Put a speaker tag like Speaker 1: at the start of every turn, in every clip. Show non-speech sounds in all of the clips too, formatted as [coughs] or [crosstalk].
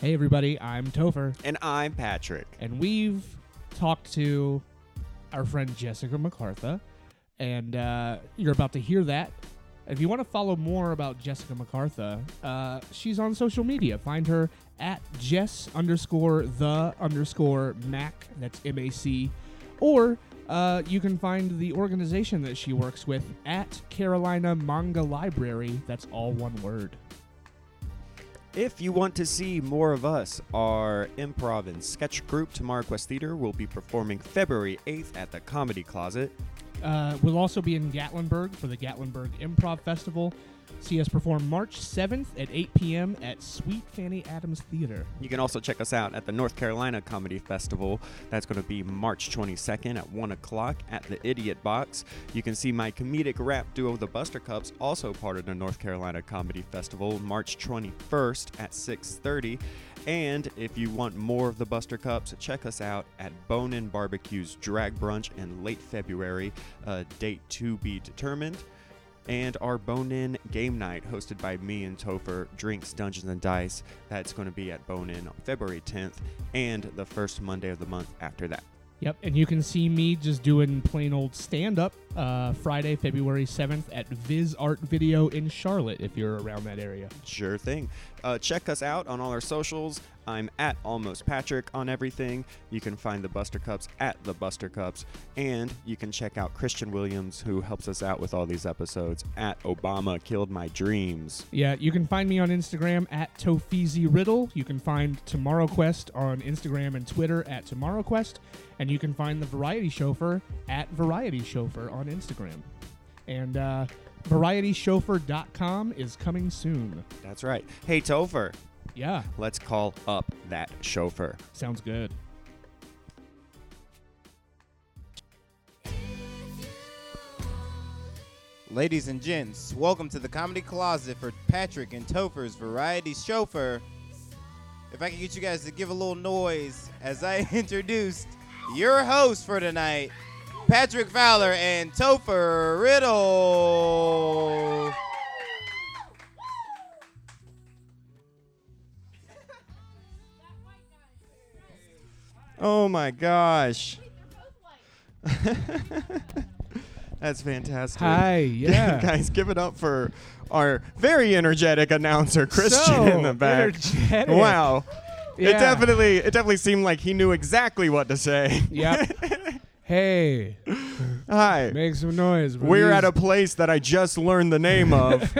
Speaker 1: Hey, everybody, I'm Topher,
Speaker 2: And I'm Patrick.
Speaker 1: and we've talked to our friend Jessica MacArthur, and uh, you're about to hear that. If you want to follow more about Jessica MacArthur, uh, she's on social media. Find her at Jess underscore the underscore Mac, that's M A C, or uh, you can find the organization that she works with at Carolina Manga Library, that's all one word.
Speaker 2: If you want to see more of us, our improv and sketch group Tomorrow Quest Theater will be performing February 8th at the Comedy Closet.
Speaker 1: Uh, we'll also be in Gatlinburg for the Gatlinburg Improv Festival. See us perform March 7th at 8 p.m. at Sweet Fanny Adams Theater.
Speaker 2: You can also check us out at the North Carolina Comedy Festival. That's going to be March 22nd at 1 o'clock at the Idiot Box. You can see my comedic rap duo, The Buster Cups, also part of the North Carolina Comedy Festival, March 21st at 6.30. And if you want more of The Buster Cups, check us out at Bone and Barbecue's Drag Brunch in late February, a date to be determined and our Bone In game night hosted by me and Topher, Drinks, Dungeons, and Dice. That's going to be at Bone In on February 10th and the first Monday of the month after that.
Speaker 1: Yep, and you can see me just doing plain old stand up uh, Friday, February 7th at Viz Art Video in Charlotte if you're around that area.
Speaker 2: Sure thing. Uh, check us out on all our socials. I'm at Almost Patrick on everything. You can find the Buster Cups at the Buster Cups. And you can check out Christian Williams, who helps us out with all these episodes, at Obama Killed My Dreams.
Speaker 1: Yeah, you can find me on Instagram at Tofizi Riddle. You can find Tomorrow Quest on Instagram and Twitter at Tomorrow Quest. And you can find the Variety Chauffeur at Variety Chauffeur on Instagram. And uh, VarietyChauffeur.com is coming soon.
Speaker 2: That's right. Hey, Topher,
Speaker 1: Yeah,
Speaker 2: let's call up that chauffeur.
Speaker 1: sounds good.
Speaker 3: Ladies and gents, welcome to the Comedy Closet for Patrick and Topher's Variety Chauffeur. If I can get you guys to give a little noise as I [laughs] introduced your host for tonight, Patrick Fowler and Topher Riddle.
Speaker 2: Oh my gosh. [laughs] That's fantastic. [laughs]
Speaker 1: Hi, yeah.
Speaker 2: Guys, give it up for our very energetic announcer Christian
Speaker 1: So
Speaker 2: in the back.
Speaker 1: energetic.
Speaker 2: [laughs] Wow. It
Speaker 1: Yeah.
Speaker 2: definitely it definitely seemed like he knew exactly what to say.
Speaker 1: Yep. hey,
Speaker 2: [laughs] Hi.
Speaker 1: make some noise.
Speaker 2: We're at a place that I just learned the
Speaker 1: [laughs]
Speaker 2: name of.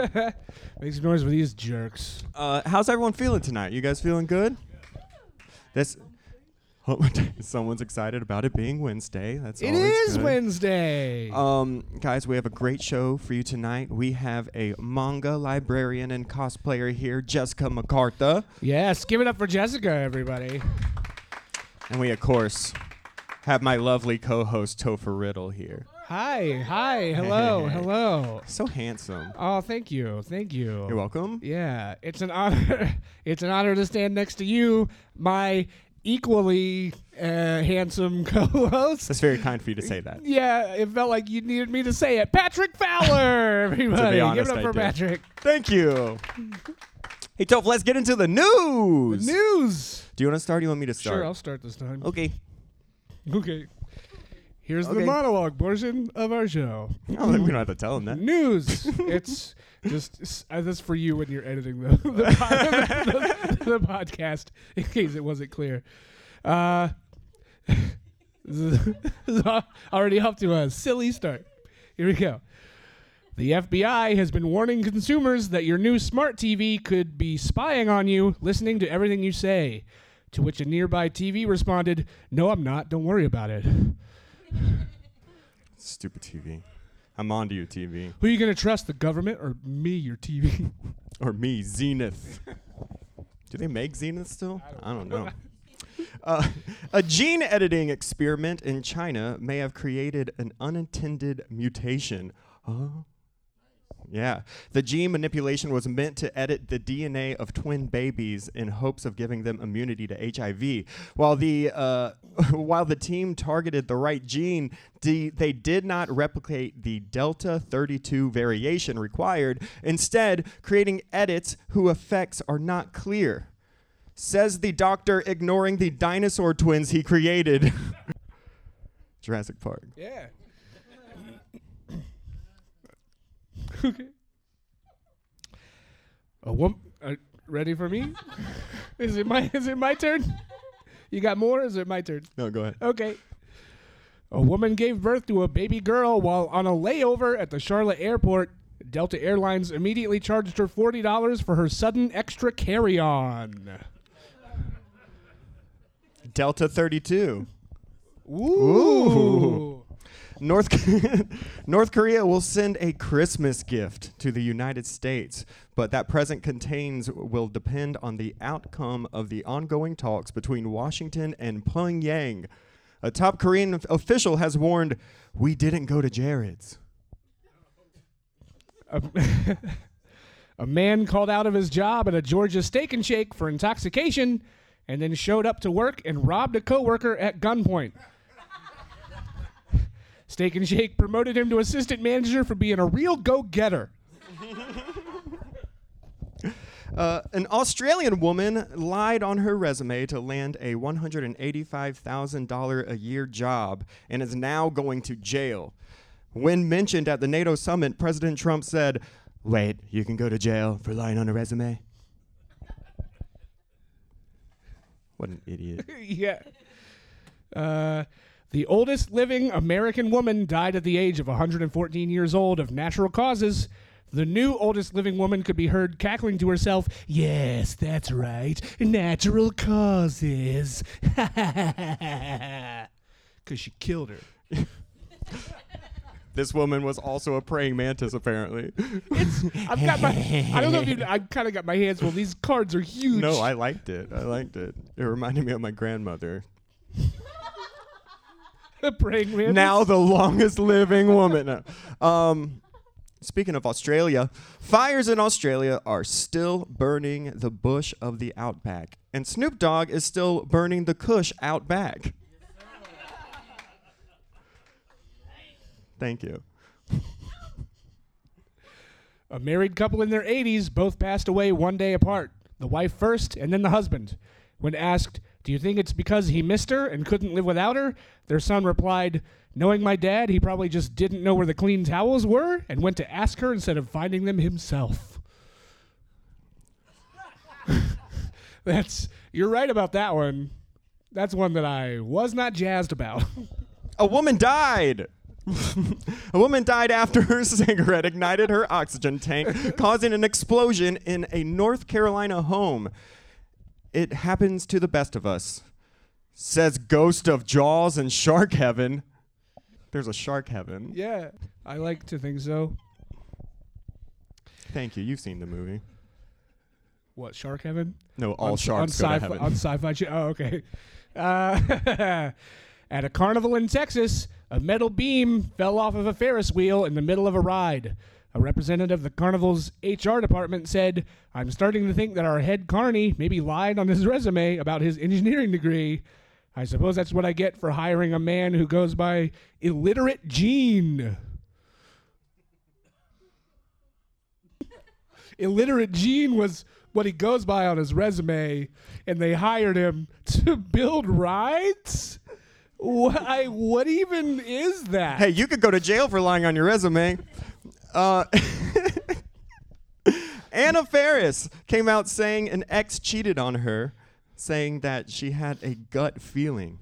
Speaker 1: Make some noise for these jerks.
Speaker 2: uh, how's everyone feeling tonight? You guys feeling good? This [laughs] someone's excited about it being Wednesday. That's
Speaker 1: It
Speaker 2: always
Speaker 1: is
Speaker 2: good.
Speaker 1: Wednesday.
Speaker 2: Um, guys, we have a great show for you tonight. We have a manga librarian and cosplayer here, Jessica MacArthur.
Speaker 1: yes, give it up for Jessica, everybody.
Speaker 2: And we, of course, have my lovely co host, Topher Riddle, here.
Speaker 1: Hi,
Speaker 2: [laughs]
Speaker 1: hi, hello, hello.
Speaker 2: So handsome.
Speaker 1: Oh, thank you, thank you.
Speaker 2: You're welcome.
Speaker 1: Yeah, it's an honor. [laughs] it's an honor to stand next to you, my equally uh, handsome [laughs] co-host.
Speaker 2: That's very kind for you to say that.
Speaker 1: Yeah, it felt like you needed me to say it.
Speaker 2: [laughs]
Speaker 1: Patrick Fowler, everybody, give
Speaker 2: honest,
Speaker 1: it up
Speaker 2: I
Speaker 1: for
Speaker 2: did.
Speaker 1: Patrick.
Speaker 2: Thank you. Hey, Topher, let's get into the news.
Speaker 1: News.
Speaker 2: Do you want to start? Or you want me to start?
Speaker 1: Sure, I'll start this time.
Speaker 2: okay.
Speaker 1: [laughs] Okay. Here's the
Speaker 2: Okay.
Speaker 1: monologue portion of our show.
Speaker 2: [laughs] No, we don't have to tell him that.
Speaker 1: news. it's just s- uh, that's for you when you're editing the [laughs] the, pod, the, the podcast, in case it wasn't clear. Uh, [laughs] z- z- already off to a silly start. Here we go. The FBI has been warning consumers that your new smart TV could be spying on you, listening to everything you say. To which a nearby TV responded, No, I'm not. Don't worry about it.
Speaker 2: Stupid TV. I'm on to you, TV.
Speaker 1: Who are you going to trust, the government or me, your TV?
Speaker 2: or me, Zenith. [laughs] Do they make Zenith still? I don't, know. [laughs] uh, a gene editing experiment in China may have created an unintended mutation. Huh? Yeah. The gene manipulation was meant to edit the DNA of twin babies in hopes of giving them immunity to HIV. While the uh, [laughs] while the team targeted the right gene, the, they did not replicate the delta 32 variation required, instead creating edits whose effects are not clear. Says the doctor, ignoring the dinosaur twins he created. [laughs] Jurassic Park.
Speaker 1: Yeah. A wom- uh, ready for me? is it my is it my turn? You got more? Is it my turn?
Speaker 2: No, go ahead.
Speaker 1: Okay. A woman gave birth to a baby girl while on a layover at the Charlotte airport. Delta Airlines immediately charged her $40 for her sudden extra carry on.
Speaker 2: Delta 32.
Speaker 1: Ooh.
Speaker 2: Ooh. North [laughs] North Korea will send a Christmas gift to the United States, but that present contains will depend on the outcome of the ongoing talks between Washington and Pyongyang. A top Korean of- official has warned, "We didn't go to Jared's."
Speaker 1: A, a man called out of his job at a Georgia steak and shake for intoxication and then showed up to work and robbed a coworker at gunpoint. steak and shake promoted him to assistant manager for being a real go-getter.
Speaker 2: Uh, an Australian woman lied on her resume to land a $185,000 a year job and is now going to jail. When mentioned at the NATO summit, President Trump said, Wait, you can go to jail for lying on a resume? What an idiot.
Speaker 1: yeah. Uh, the oldest living American woman died at the age of 114 years old of natural causes. The new oldest living woman could be heard cackling to herself, Yes, that's right, natural causes. [laughs] Because she killed her.
Speaker 2: This woman was also a praying mantis, apparently.
Speaker 1: I've got my, I don't know if you, I kind of got my hands full. These cards are huge.
Speaker 2: No, I liked it. I liked it. It reminded me of my grandmother.
Speaker 1: [laughs] praying man.
Speaker 2: now the longest living woman. No. Um, speaking of Australia, fires in Australia are still burning the bush of the outback, and Snoop Dogg is still burning the Kush outback. Thank you.
Speaker 1: A married couple in their 80s both passed away one day apart. The wife first, and then the husband. When asked, Do you think it's because he missed her and couldn't live without her? Their son replied, Knowing my dad, he probably just didn't know where the clean towels were and went to ask her instead of finding them himself. [laughs] That's, you're right about that one. That's one that I was not jazzed about. [laughs]
Speaker 2: A woman died. [laughs] a woman died after her [laughs] cigarette ignited her oxygen tank, causing an explosion in a North Carolina home. It happens to the best of us, says Ghost of Jaws and Shark Heaven. There's a Shark Heaven.
Speaker 1: yeah, I like to think so.
Speaker 2: Thank you. You've seen the movie.
Speaker 1: What, Shark Heaven?
Speaker 2: No, all
Speaker 1: on,
Speaker 2: sharks
Speaker 1: on sci-fi,
Speaker 2: go to heaven.
Speaker 1: on sci-fi. Cha- oh, okay. [laughs] Uh, [laughs] at a carnival in Texas, a metal beam fell off of a Ferris wheel in the middle of a ride. A representative of the carnival's HR department said, "I'm starting to think that our head carney maybe lied on his resume about his engineering degree. I suppose that's what I get for hiring a man who goes by illiterate Gene." illiterate Gene was what he goes by on his resume, and they hired him [laughs] to build rides. Why? What even is that?
Speaker 2: hey, you could go to jail for lying on your resume. Uh, [laughs] Anna Ferris came out saying an ex cheated on her, saying that she had a gut feeling.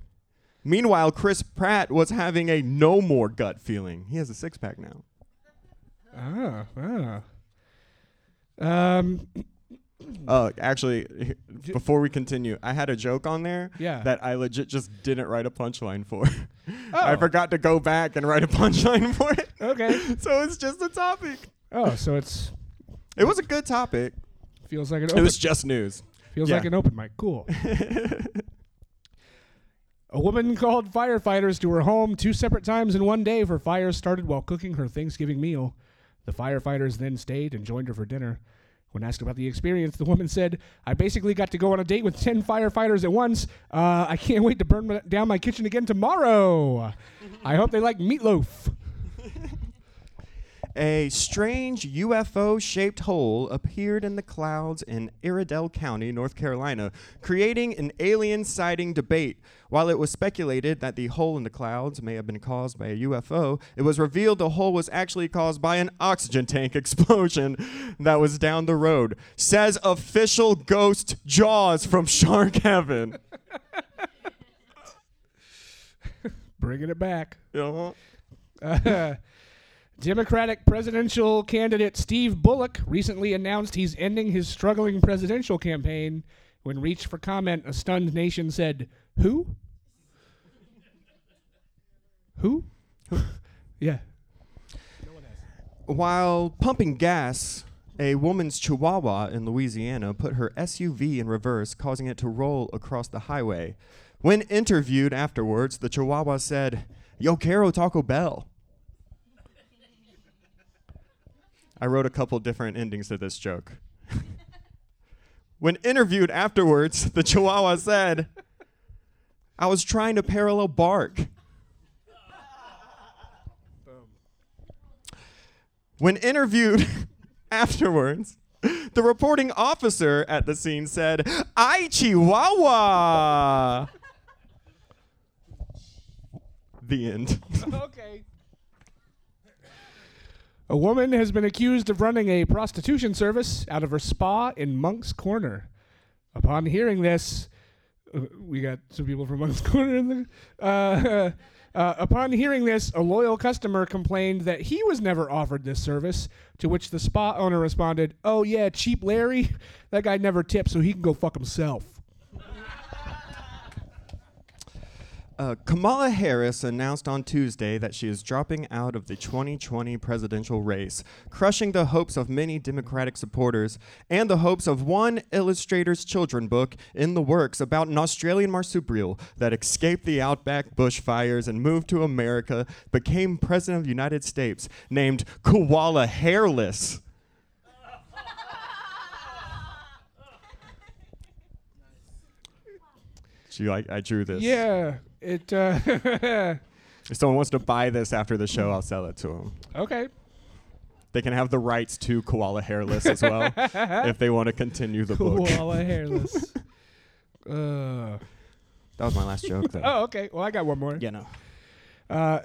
Speaker 2: Meanwhile, Chris Pratt was having a no more gut feeling. He has a six pack now.
Speaker 1: Ah, ah. Um,
Speaker 2: Uh, actually, before we continue, I had a joke on there
Speaker 1: Yeah.
Speaker 2: that I legit just didn't write a punchline for. [laughs] I
Speaker 1: Oh.
Speaker 2: forgot to go back and write a [laughs] punchline for it.
Speaker 1: okay.
Speaker 2: So it's just a topic.
Speaker 1: Oh, so it's
Speaker 2: It was a good topic.
Speaker 1: feels like an
Speaker 2: [laughs] It
Speaker 1: open,
Speaker 2: was just news.
Speaker 1: feels
Speaker 2: yeah.
Speaker 1: like an open mic. Cool. A woman called firefighters to her home two separate times in one day for fires started while cooking her Thanksgiving meal. The firefighters then stayed and joined her for dinner. When asked about the experience, the woman said, I basically got to go on a date with 10 firefighters at once. Uh, I can't wait to burn my, down my kitchen again tomorrow. I hope they like meatloaf.
Speaker 2: A strange UFO shaped hole appeared in the clouds in Iredell County, North Carolina, creating an alien sighting debate. While it was speculated that the hole in the clouds may have been caused by a UFO, it was revealed the hole was actually caused by an oxygen tank [laughs] explosion that was down the road. Says official ghost Jaws from Shark [laughs] Heaven.
Speaker 1: Bringing it back.
Speaker 2: Uh-huh.
Speaker 1: Uh, [laughs] Democratic presidential candidate Steve Bullock recently announced he's ending his struggling presidential campaign. When reached for comment, a stunned nation said, Who? [laughs] Who? [laughs] yeah.
Speaker 2: While pumping gas, a woman's chihuahua in Louisiana put her SUV in reverse, causing it to roll across the highway. When interviewed afterwards, the chihuahua said, Yo quiero Taco Bell. I wrote a couple different endings to this joke. when interviewed afterwards, the chihuahua said, I was trying to parallel bark. When interviewed [laughs] afterwards, the reporting officer at the scene said, I Chihuahua! [laughs] the end.
Speaker 1: okay. A woman has been accused of running a prostitution service out of her spa in Monk's Corner. Upon hearing this, uh, we got some people from Monk's [laughs] Corner in the. Uh, [laughs] uh, upon hearing this, a loyal customer complained that he was never offered this service, to which the spa owner responded, Oh, yeah, cheap Larry? That guy never tips, so he can go fuck himself.
Speaker 2: Uh, Kamala Harris announced on Tuesday that she is dropping out of the 2020 presidential race, crushing the hopes of many Democratic supporters and the hopes of one illustrator's children book in the works about an Australian marsupial that escaped the outback bushfires and moved to America, became president of the United States, named Koala Hairless. She, I, I drew this.
Speaker 1: Yeah, it. Uh, [laughs]
Speaker 2: If someone wants to buy this after the show, I'll sell it to them.
Speaker 1: okay.
Speaker 2: They can have the rights to Koala Hairless as well
Speaker 1: [laughs]
Speaker 2: if they want to continue the book.
Speaker 1: Koala
Speaker 2: [laughs]
Speaker 1: hairless. uh,
Speaker 2: That was my last joke, though.
Speaker 1: [laughs] oh, okay. Well, I got one more.
Speaker 2: Yeah, no.
Speaker 1: Uh,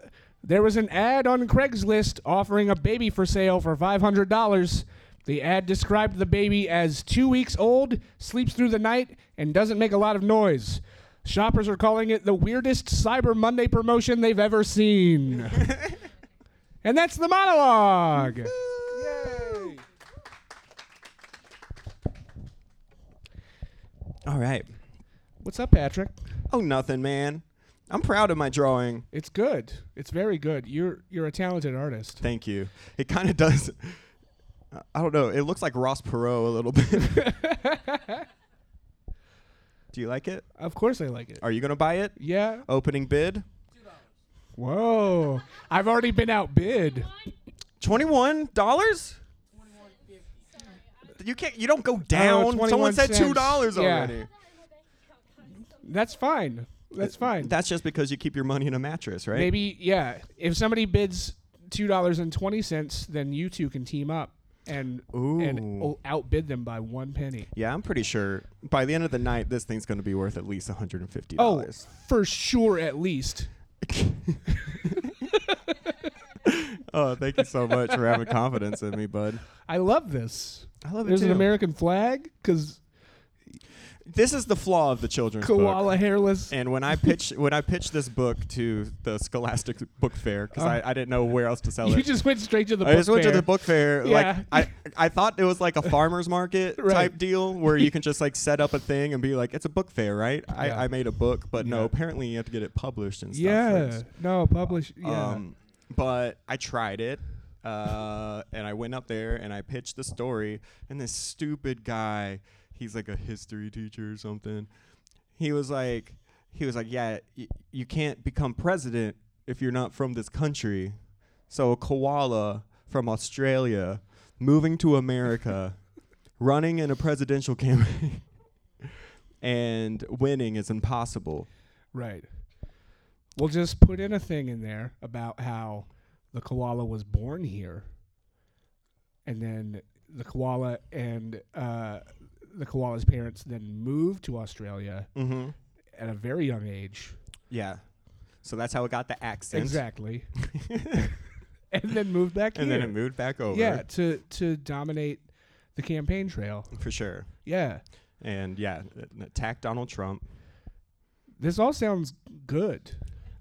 Speaker 1: there was an ad on Craigslist offering a baby for sale for $500. The ad described the baby as two weeks old, sleeps through the night, and doesn't make a lot of noise. Shoppers are calling it the weirdest Cyber Monday promotion they've ever
Speaker 2: [laughs]
Speaker 1: seen. and that's the monologue. Yay.
Speaker 2: All right.
Speaker 1: What's up, Patrick?
Speaker 2: Oh, nothing, man. I'm proud of my drawing.
Speaker 1: It's good. It's very good. You're you're a talented artist.
Speaker 2: Thank you. It kind of does. [laughs] I- I don't know. It looks like Ross Perot a little bit.
Speaker 1: [laughs]
Speaker 2: Do you like it?
Speaker 1: Of course, I like it.
Speaker 2: Are you going to buy it?
Speaker 1: Yeah.
Speaker 2: Opening bid?
Speaker 1: Whoa. I've already been outbid.
Speaker 2: $21? You can't. You don't go down. Someone
Speaker 1: 21
Speaker 2: said
Speaker 1: Oh, cents.
Speaker 2: two dollars
Speaker 1: Yeah.
Speaker 2: already.
Speaker 1: That's fine. That's fine.
Speaker 2: That's just because you keep your money in a mattress, right?
Speaker 1: Maybe yeah. If somebody bids two dollars and twenty cents, then you two can team up and and
Speaker 2: Ooh.
Speaker 1: o- outbid them by one penny.
Speaker 2: Yeah, I'm pretty sure by the end of the night, this thing's going to be worth at least $150.
Speaker 1: Oh, for sure, at least.
Speaker 2: [laughs] Oh, thank you so much for having confidence in me, bud.
Speaker 1: I love this.
Speaker 2: I love it
Speaker 1: There's an
Speaker 2: too.
Speaker 1: American flag because
Speaker 2: This is the flaw of the children's book.
Speaker 1: koala hairless.
Speaker 2: And when I pitched when I pitched this book to the Scholastic Book Fair, because I, I didn't know where else to sell
Speaker 1: Uh-huh. You
Speaker 2: it.
Speaker 1: just went straight to the.
Speaker 2: I just
Speaker 1: book
Speaker 2: went to
Speaker 1: fair.
Speaker 2: the book fair.
Speaker 1: Yeah. [laughs]
Speaker 2: Like I, I thought it was like a farmer's market
Speaker 1: Right.
Speaker 2: type deal where you can just like set up a thing and be like, it's a book fair, right? I,
Speaker 1: Yeah.
Speaker 2: I made a book, but
Speaker 1: Yeah.
Speaker 2: no, apparently you have to get it published and stuff.
Speaker 1: Yeah.
Speaker 2: first.
Speaker 1: No, publish. Yeah.
Speaker 2: Um, but I tried it, uh, and I went up there and I pitched the story, and this stupid guy, he's like a history teacher or something. He was like, he was like, yeah, y- you can't become president if you're not from this country. So a koala from Australia moving
Speaker 1: [laughs]
Speaker 2: to America, running in a presidential campaign. [laughs] And winning is impossible.
Speaker 1: Right. We'll just put in a thing in there about how the koala was born here and then the koala and uh, the koala's parents then moved to Australia
Speaker 2: Mm-hmm.
Speaker 1: at a very young age.
Speaker 2: Yeah. So that's how it got the accent. [laughs]
Speaker 1: Exactly. [laughs] and then moved back
Speaker 2: And
Speaker 1: here.
Speaker 2: then it moved back over.
Speaker 1: Yeah, to to dominate the campaign trail.
Speaker 2: For sure.
Speaker 1: Yeah.
Speaker 2: And yeah, attack Donald Trump.
Speaker 1: This all sounds good.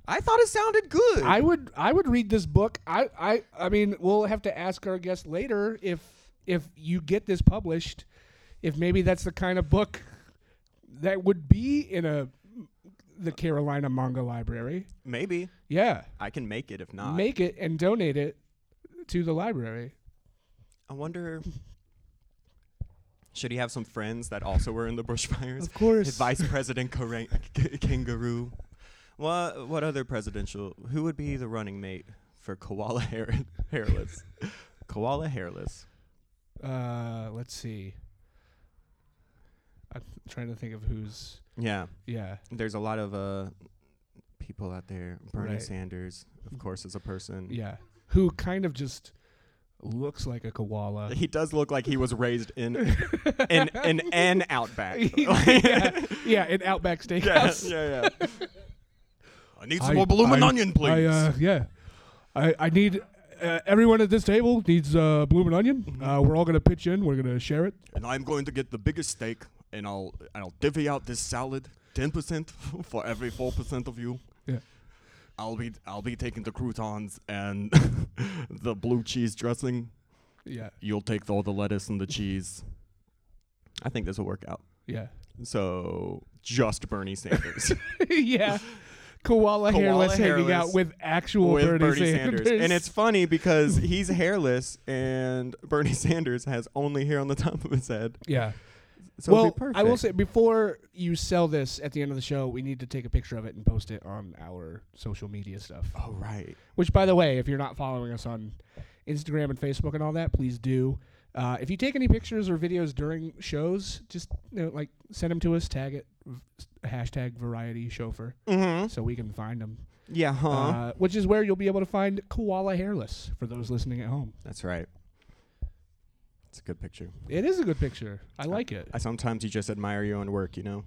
Speaker 2: I thought it sounded good.
Speaker 1: I would I would read this book. I I I mean, we'll have to ask our guest later if if you get this published, if maybe that's the kind of book that would be in a the Carolina Manga Library.
Speaker 2: Maybe.
Speaker 1: Yeah.
Speaker 2: I can make it if not.
Speaker 1: Make it and donate it to the library.
Speaker 2: I wonder. Should he have some friends that also were in the bushfires?
Speaker 1: Of course.
Speaker 2: His Vice President Kara- K- Kangaroo. What what other presidential? Who would be the running mate for Koala [laughs] hair, Hairless? koala Hairless.
Speaker 1: Uh, let's see. I'm trying to think of who's.
Speaker 2: Yeah,
Speaker 1: Yeah,
Speaker 2: there's a lot of uh people out there. Bernie
Speaker 1: Right.
Speaker 2: Sanders, of course, is a person.
Speaker 1: yeah. Who kind of just looks like a
Speaker 2: [laughs]
Speaker 1: koala.
Speaker 2: He does look like he was raised in in in an
Speaker 1: [laughs]
Speaker 2: outback. [laughs]
Speaker 1: yeah, yeah, in Outback Steakhouse.
Speaker 2: yeah, yeah. I need some
Speaker 1: I-
Speaker 2: more blooming
Speaker 1: I-
Speaker 2: onion, please.
Speaker 1: I, uh, yeah. I, I need. Uh, everyone at this table needs uh, bloomin' onion.
Speaker 2: Mm-hmm.
Speaker 1: Uh, we're all going to pitch in. We're going to share it.
Speaker 2: and I'm going to get the biggest steak, and I'll and I'll divvy out this salad, ten percent [laughs] for every four percent of you.
Speaker 1: Yeah.
Speaker 2: I'll be I'll be taking the croutons and [laughs] the blue cheese dressing.
Speaker 1: Yeah,
Speaker 2: You'll take all the lettuce and the cheese. I think this will work out. [laughs]
Speaker 1: yeah.
Speaker 2: So just Bernie Sanders
Speaker 1: yeah. [laughs] Koala,
Speaker 2: Koala
Speaker 1: hairless, hanging
Speaker 2: hairless
Speaker 1: out with actual
Speaker 2: with
Speaker 1: Bernie, Sanders.
Speaker 2: and it's funny because he's hairless, and Bernie [laughs] Sanders has only hair on the top of his head.
Speaker 1: [laughs] yeah.
Speaker 2: So it'll
Speaker 1: well,
Speaker 2: be perfect.
Speaker 1: I will say before you sell this at the end of the show, we need to take a picture of it and post it on our social media stuff.
Speaker 2: Oh right.
Speaker 1: Which, by the way, if you're not following us on Instagram and Facebook and all that, please do. Uh, if you take any pictures or videos during shows, just you know, like send them to us. Tag it v- hashtag Variety Chauffeur
Speaker 2: Mm-hmm.
Speaker 1: so we can find them.
Speaker 2: Yeah. Huh.
Speaker 1: Uh, which is where you'll be able to find Koala Hairless for those listening at home.
Speaker 2: That's right. It's a good picture.
Speaker 1: It is a good picture. I like it.
Speaker 2: I sometimes you just admire your own work, you know.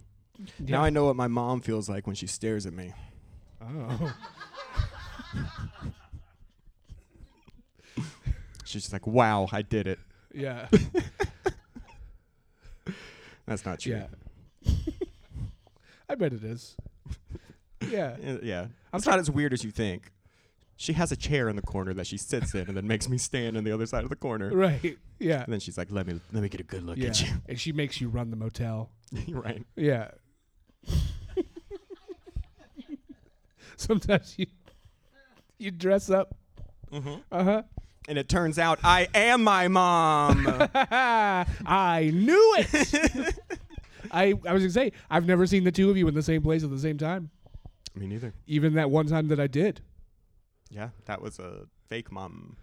Speaker 1: Yeah.
Speaker 2: Now I know what my mom feels like when she stares at me.
Speaker 1: [laughs] Oh.
Speaker 2: She's just like, "Wow, I did it."
Speaker 1: yeah.
Speaker 2: [laughs] That's not true.
Speaker 1: Yeah. [laughs] I bet it
Speaker 2: [laughs]
Speaker 1: is. Yeah.
Speaker 2: Yeah. Uh, yeah. It's not as weird as you think. She has a chair in the corner that she sits in, and then makes me stand on the other side of the corner.
Speaker 1: Right. Yeah.
Speaker 2: And then she's like, "Let me, let me get a good look
Speaker 1: Yeah.
Speaker 2: at
Speaker 1: And she makes you run the motel.
Speaker 2: you." [laughs] right.
Speaker 1: Yeah. [laughs] Sometimes you you dress up. Uh
Speaker 2: Mm-hmm. And it turns out I am my mom. [laughs]
Speaker 1: huh. [laughs] I knew it. [laughs] I I was gonna say I've never seen the two of you in the same place at the same time.
Speaker 2: me neither.
Speaker 1: Even that one time that I did.
Speaker 2: Yeah, that was a fake mom.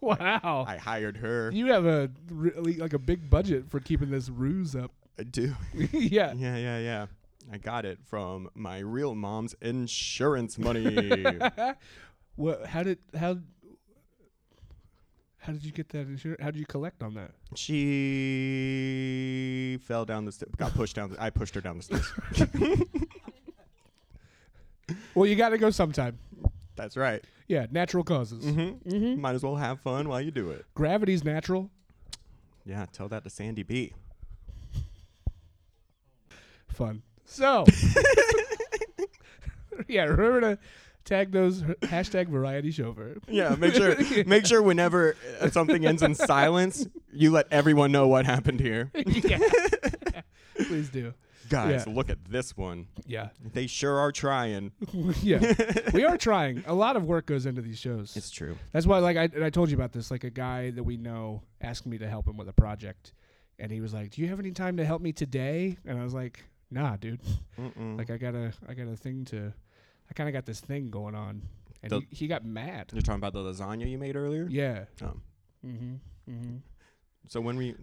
Speaker 1: Wow.
Speaker 2: I hired her.
Speaker 1: You have a really like a big budget for keeping this ruse up. [laughs]
Speaker 2: I do.
Speaker 1: yeah.
Speaker 2: Yeah, yeah, yeah. I got it from my real mom's insurance [laughs] money.
Speaker 1: What? How did how? How did you get that insurance? How did you collect on that?
Speaker 2: she fell down the stairs. Got pushed down. The, I pushed her down the [laughs] stairs.
Speaker 1: Well, you got to go sometime.
Speaker 2: That's right.
Speaker 1: Yeah, natural causes.
Speaker 2: Mm-hmm. Might as well have fun while you do it.
Speaker 1: Gravity's natural.
Speaker 2: Yeah, tell that to Sandy B.
Speaker 1: Fun. So, [laughs] yeah, remember to tag those hashtag variety chauffeur.
Speaker 2: [laughs] Yeah, make sure make sure whenever uh, something ends in silence, you let everyone know what happened here.
Speaker 1: [laughs] yeah. Please do.
Speaker 2: Guys,
Speaker 1: Yeah.
Speaker 2: look at this one.
Speaker 1: Yeah.
Speaker 2: They sure are trying.
Speaker 1: yeah. We are trying. A lot of work goes into these shows.
Speaker 2: true.
Speaker 1: That's why, like, I, and I told you about this. Like, a guy that we know asked me to help him with a project, and he was like, "Do you have any time to help me today?" And I was like, "Nah, dude.
Speaker 2: Mm-mm.
Speaker 1: Like, I got a, I got a thing to, I kind of got this thing going on." And
Speaker 2: The-
Speaker 1: he, he got mad.
Speaker 2: You're talking about the lasagna you made earlier.
Speaker 1: Yeah.
Speaker 2: Um,
Speaker 1: Mm-hmm. Mm-hmm.
Speaker 2: So when we,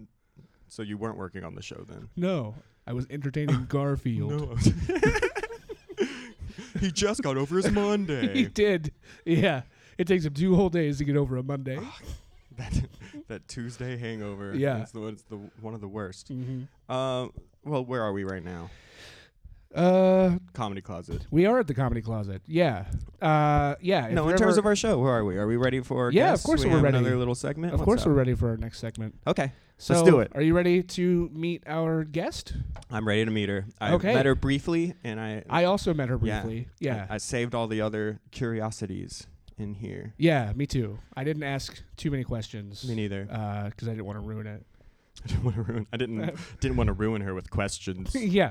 Speaker 2: so you weren't working on the show then?
Speaker 1: No, I was
Speaker 2: [laughs]
Speaker 1: entertaining Garfield. [laughs]
Speaker 2: he just got over his
Speaker 1: he
Speaker 2: Monday. Ah.
Speaker 1: did. Yeah. It takes him two whole days to get over a Monday.
Speaker 2: that, that Tuesday hangover.
Speaker 1: Yeah.
Speaker 2: it's, the, it's the one of the worst.
Speaker 1: Mhm.
Speaker 2: Um, well, where are we right now?
Speaker 1: Uh,
Speaker 2: Comedy closet.
Speaker 1: we are at the comedy closet. Yeah. Uh, yeah. if
Speaker 2: No,
Speaker 1: you're
Speaker 2: in terms
Speaker 1: ever-
Speaker 2: of our show, where are we? Are we ready for? our
Speaker 1: Yeah, of
Speaker 2: guests?
Speaker 1: course
Speaker 2: we
Speaker 1: we're
Speaker 2: have
Speaker 1: ready.
Speaker 2: Another little segment.
Speaker 1: of
Speaker 2: What's
Speaker 1: course,
Speaker 2: up?
Speaker 1: we're ready for our next segment.
Speaker 2: Okay,
Speaker 1: So
Speaker 2: do it.
Speaker 1: Are you ready to meet our guest?
Speaker 2: I'm ready to meet her. I
Speaker 1: Okay.
Speaker 2: met her briefly, and I
Speaker 1: I also met her
Speaker 2: Yeah.
Speaker 1: briefly. Yeah.
Speaker 2: I, I saved all the other curiosities in here. [laughs]
Speaker 1: yeah, me too. I didn't ask too many questions.
Speaker 2: Me neither.
Speaker 1: Because I didn't want to ruin it.
Speaker 2: I didn't want to ruin. I
Speaker 1: Uh,
Speaker 2: didn't didn't want to ruin her with questions.
Speaker 1: [laughs] yeah.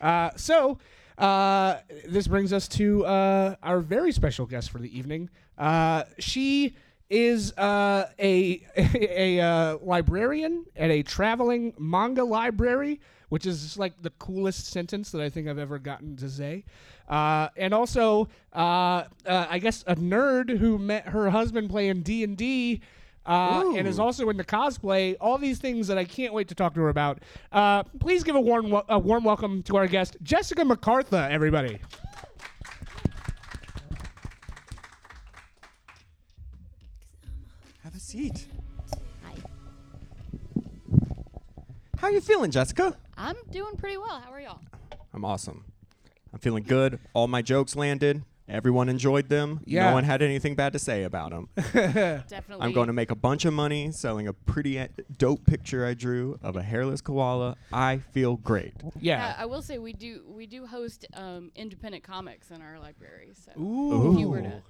Speaker 1: Uh, so uh, this brings us to uh, our very special guest for the evening. Uh, she is uh, a [laughs] a, uh, librarian at a traveling manga library, which is just, like the coolest sentence that I think I've ever gotten to say. Uh, and also, uh, uh, I guess a nerd who met her husband playing D and D. Uh, and is
Speaker 2: Ooh.
Speaker 1: also into cosplay. All these things that I can't wait to talk to her about. Uh, please give a warm, wel- a warm welcome to our guest, Jessica MacArthur, everybody.
Speaker 2: Have a seat. How you feeling, Jessica?
Speaker 4: I'm doing pretty well. How are y'all?
Speaker 2: I'm awesome. I'm feeling good. All my jokes landed. Everyone enjoyed them.
Speaker 1: Yeah.
Speaker 2: No one had anything bad to say
Speaker 1: [laughs]
Speaker 2: about them.
Speaker 4: Definitely. Uh,
Speaker 2: I'm going to make a bunch of money selling a pretty a- dope picture I drew of a hairless koala. I feel great.
Speaker 4: Yeah,
Speaker 1: Yeah.
Speaker 4: I will say we do we do host um, independent comics in our library. So
Speaker 1: Ooh.
Speaker 4: if you were to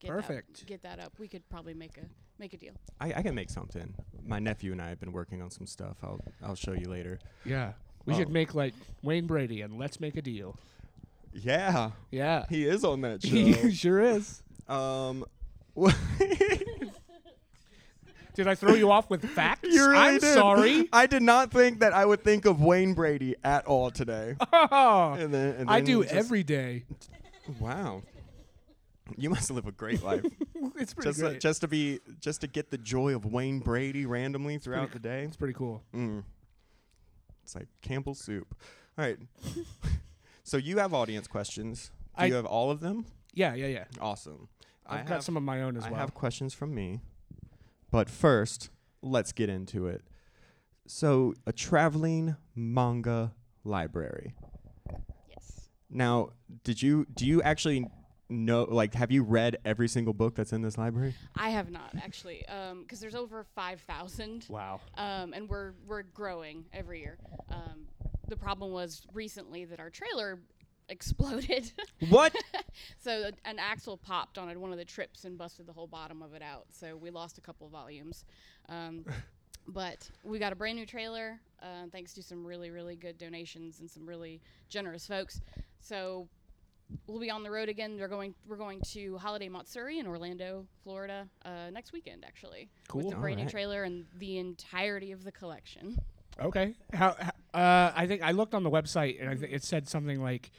Speaker 4: get
Speaker 1: Perfect.
Speaker 4: that, get that up, we could probably make a make a deal.
Speaker 2: I, I can make something. My nephew and I have been working on some stuff. I'll I'll show you later.
Speaker 1: Yeah. We
Speaker 2: Oh.
Speaker 1: should make like Wayne Brady and let's make a deal.
Speaker 2: Yeah,
Speaker 1: Yeah.
Speaker 2: he is on [laughs] that
Speaker 1: He
Speaker 2: show.
Speaker 1: sure is.
Speaker 2: um, [laughs]
Speaker 1: Did I throw you off with facts?
Speaker 2: [laughs] You really
Speaker 1: I'm
Speaker 2: did. [laughs]
Speaker 1: sorry. [laughs]
Speaker 2: I did not think that I would think of Wayne Brady at all today. [laughs]
Speaker 1: Oh,
Speaker 2: And then, and
Speaker 1: I
Speaker 2: then
Speaker 1: do
Speaker 2: just-
Speaker 1: every day.
Speaker 2: [laughs]
Speaker 1: [laughs]
Speaker 2: Wow. You must live a great [laughs] life.
Speaker 1: It's pretty
Speaker 2: just, uh,
Speaker 1: great.
Speaker 2: just to be, just to get the joy of Wayne Brady randomly throughout the day.
Speaker 1: it's pretty cool.
Speaker 2: Mm. It's like Campbell's soup. All right. [laughs] so you have audience questions. Do
Speaker 1: I-
Speaker 2: you have all of them?
Speaker 1: Yeah, yeah, yeah.
Speaker 2: Awesome. I
Speaker 1: I've
Speaker 2: have,
Speaker 1: got some of my own as
Speaker 2: I
Speaker 1: well.
Speaker 2: have questions from me. But first, let's get into it. So, a traveling manga library.
Speaker 4: Yes.
Speaker 2: Now, did you do you actually know like have you read every single book that's in this library?
Speaker 4: I have not actually, because there's over five thousand,
Speaker 1: wow.
Speaker 4: um, and we're we're growing every year. Um, the problem was recently that our trailer [laughs] exploded,
Speaker 2: What?
Speaker 4: so uh, an axle popped on one of the trips and busted the whole bottom of it out. So we lost a couple volumes. Um, but we got a brand new trailer uh, thanks to some really really good donations and some really generous folks so we'll be on the road again we're going we're going to holiday matsuri in orlando florida uh, next weekend actually
Speaker 1: Cool.
Speaker 4: with the brand new
Speaker 2: Alright.
Speaker 4: trailer and the entirety of the collection
Speaker 1: Okay. How? h- Uh, I think I looked on the website and I th- it said something like,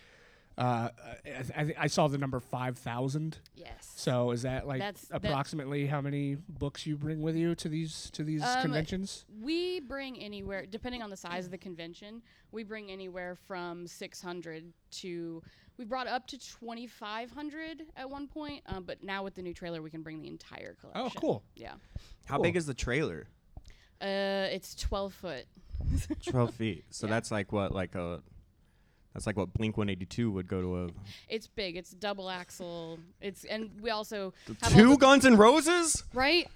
Speaker 1: uh, I, th- I, th- I saw the number five thousand.
Speaker 4: yes
Speaker 1: So is that like
Speaker 4: That's- that-
Speaker 1: approximately how many books you bring with you to these to these
Speaker 4: Um,
Speaker 1: conventions?
Speaker 4: we bring anywhere depending on the size of the convention we bring anywhere from 600 to we brought up to 2500 at one point um, but now with the new trailer we can bring the entire collection
Speaker 1: Oh, cool.
Speaker 4: yeah
Speaker 2: [laughs] How
Speaker 1: Cool.
Speaker 2: big is the trailer?
Speaker 4: Uh, it's twelve foot.
Speaker 2: 12 feet. So
Speaker 4: Yeah.
Speaker 2: that's like what like a that's like what Blink 182 would go to a
Speaker 4: It's big. It's double axle. It's and we also have all
Speaker 2: Two
Speaker 4: the-
Speaker 2: Guns and Roses?
Speaker 4: right.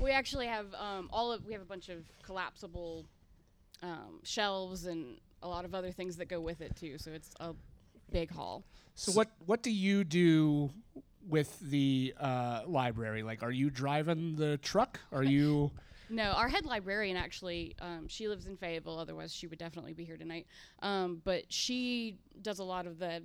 Speaker 4: we actually have um all of we have a bunch of collapsible um, shelves and a lot of other things that go with it too. So it's a big haul.
Speaker 1: So what what do you do with the uh, library? Like, are you driving the truck? Are you?
Speaker 4: No, our head librarian actually, um, she lives in Fayetteville. Otherwise, she would definitely be here tonight. Um, but she does a lot of the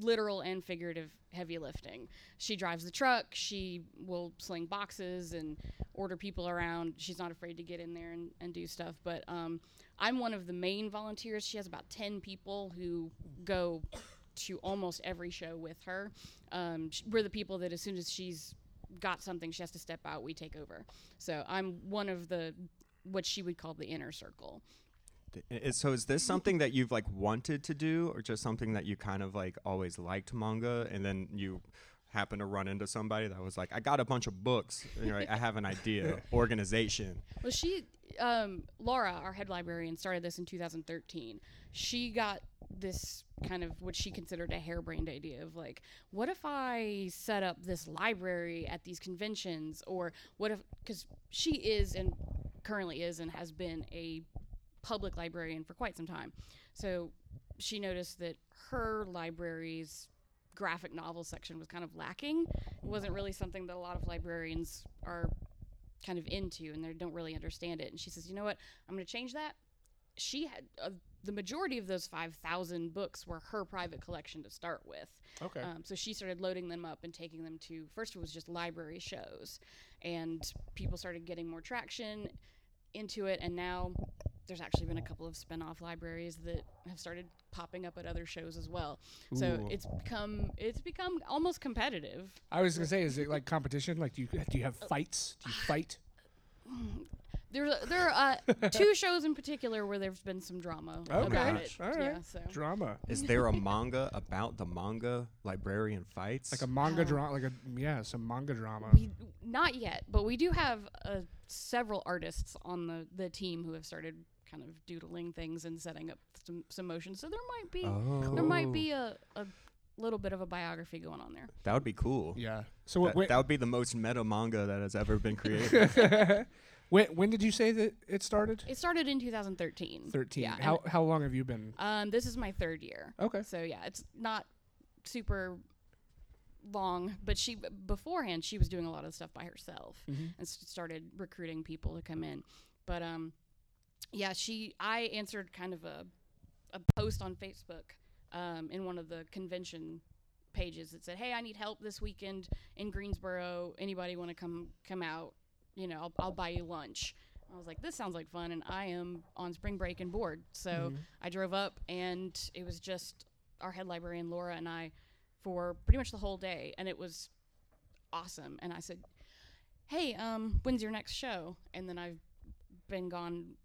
Speaker 4: literal and figurative heavy lifting. She drives the truck. She will sling boxes and order people around. She's not afraid to get in there and, and do stuff. But um, I'm one of the main volunteers. She has about 10 people who go to almost every show with her. Um, sh- we're the people that, as soon as she's got something she has to step out we take over so i'm one of the what she would call the inner circle
Speaker 2: Th- i- is- So is this something that you've like wanted to do or just something that you kind of like always liked manga and then you happened to run into somebody that was like, I got a bunch of books. And you're like, I have
Speaker 1: [laughs]
Speaker 2: an idea. Organization.
Speaker 4: Well, she, um, Laura, our head librarian, started this in 2013. She got this kind of what she considered a harebrained idea of like, what if I set up this library at these conventions? Or what if, because she is and currently is and has been a public librarian for quite some time. So she noticed that her library's graphic novel section was kind of lacking. It wasn't really something that a lot of librarians are kind of into and they don't really understand it. And she says, you know what? I'm going to change that. She had uh, the majority of those 5,000 books were her private collection to start with.
Speaker 5: Okay.
Speaker 4: Um, so she started loading them up and taking them to, first, it was just library shows. And people started getting more traction into it. And now there's actually been a couple of spin off libraries that have started popping up at other shows as well. So
Speaker 1: Ooh.
Speaker 4: it's become, it's become almost competitive.
Speaker 1: I was gonna say, is it like competition? Like, do you do you have
Speaker 4: Oh.
Speaker 1: fights? Do you fight?
Speaker 4: There's a, there are
Speaker 1: [laughs]
Speaker 4: uh, two shows in particular where there's been some drama about
Speaker 1: Okay,
Speaker 4: it.
Speaker 1: Oh, all right.
Speaker 4: Yeah, so
Speaker 1: Drama,
Speaker 2: Is
Speaker 1: [laughs]
Speaker 2: there a manga about the manga librarian fights?
Speaker 1: like a manga drama, like a yeah, some manga drama.
Speaker 4: we, not yet, but we do have uh, several artists on the the team who have started kind of doodling things and setting up some some motion. So there might be
Speaker 1: Oh.
Speaker 4: there might be a, a little bit of a biography going on there.
Speaker 2: That would be cool.
Speaker 1: Yeah. So
Speaker 2: That,
Speaker 1: wh- wh-
Speaker 2: that would be the most meta manga that has
Speaker 1: [laughs]
Speaker 2: ever been created.
Speaker 1: when when did you say that it started?
Speaker 4: It started in 2013.
Speaker 1: Thirteen.
Speaker 4: Yeah. and-
Speaker 1: how how long have you been?
Speaker 4: um, this is my third year.
Speaker 1: Okay.
Speaker 4: So yeah, it's not super long, but she beforehand she was doing a lot of stuff by herself and s- started recruiting people to come in. But um, yeah, she I answered kind of a a post on Facebook um, in one of the convention pages that said, "Hey, I need help this weekend in Greensboro. Anybody want to come come out? You know, I'll, I'll buy you lunch." I was like, "This sounds like fun," and I am on spring break and bored, so I drove up, and it was just our head librarian Laura and I for pretty much the whole day, and it was awesome. And I said, "Hey, um, when's your next show?" And then I've been gone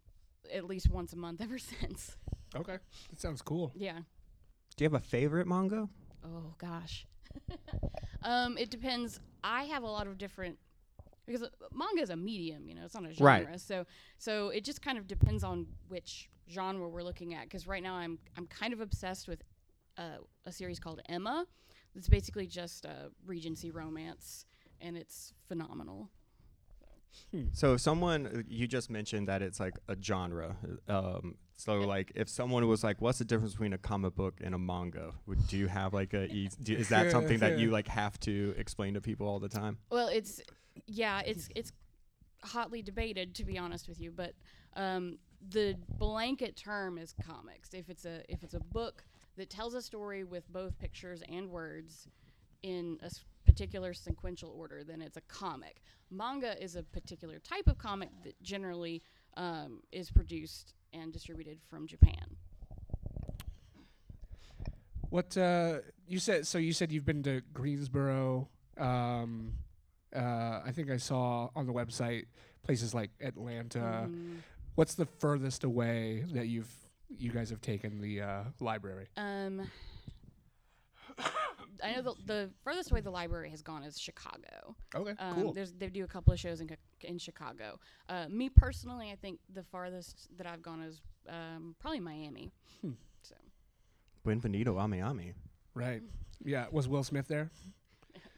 Speaker 4: at least once a month [laughs] ever since.
Speaker 1: Okay, that sounds cool.
Speaker 4: Yeah.
Speaker 2: Do you have a favorite manga?
Speaker 4: Oh gosh. [laughs] um, it depends. I have a lot of different because uh, manga is a medium, you know, it's not a genre.
Speaker 2: Right.
Speaker 4: So so it just kind of depends on which genre we're looking at. Because right now I'm I'm kind of obsessed with uh, a series called Emma. It's basically just a Regency romance, and it's phenomenal.
Speaker 2: So if someone uh, you just mentioned that it's like a genre. Um, so like if someone was like, "What's the difference between a comic book and a manga?" Would, do you have like a eas- do, is
Speaker 1: [laughs]
Speaker 2: that something that you like have to explain to people all the time?
Speaker 4: Well, it's yeah, it's it's hotly debated to be honest with you, but um, the blanket term is comics. If it's a if it's a book that tells a story with both pictures and words in a s- particular sequential order, then it's a comic. Manga is a particular type of comic that generally um, is produced and distributed from Japan.
Speaker 1: What uh, you said? So you said you've been to Greensboro. Um, uh, I think I saw on the website places like Atlanta.
Speaker 4: Mm.
Speaker 1: What's the furthest away that you've you guys have taken the uh, library?
Speaker 4: Um, [coughs] I know the, the furthest away the library has gone is Chicago.
Speaker 1: Okay,
Speaker 4: Um,
Speaker 1: cool.
Speaker 4: There's they do a couple of shows in Chi- in Chicago. Uh, me personally, I think the farthest that I've gone is um, probably Miami. So
Speaker 2: Buenvenido ami ami.
Speaker 1: Right. Yeah. Was Will Smith there?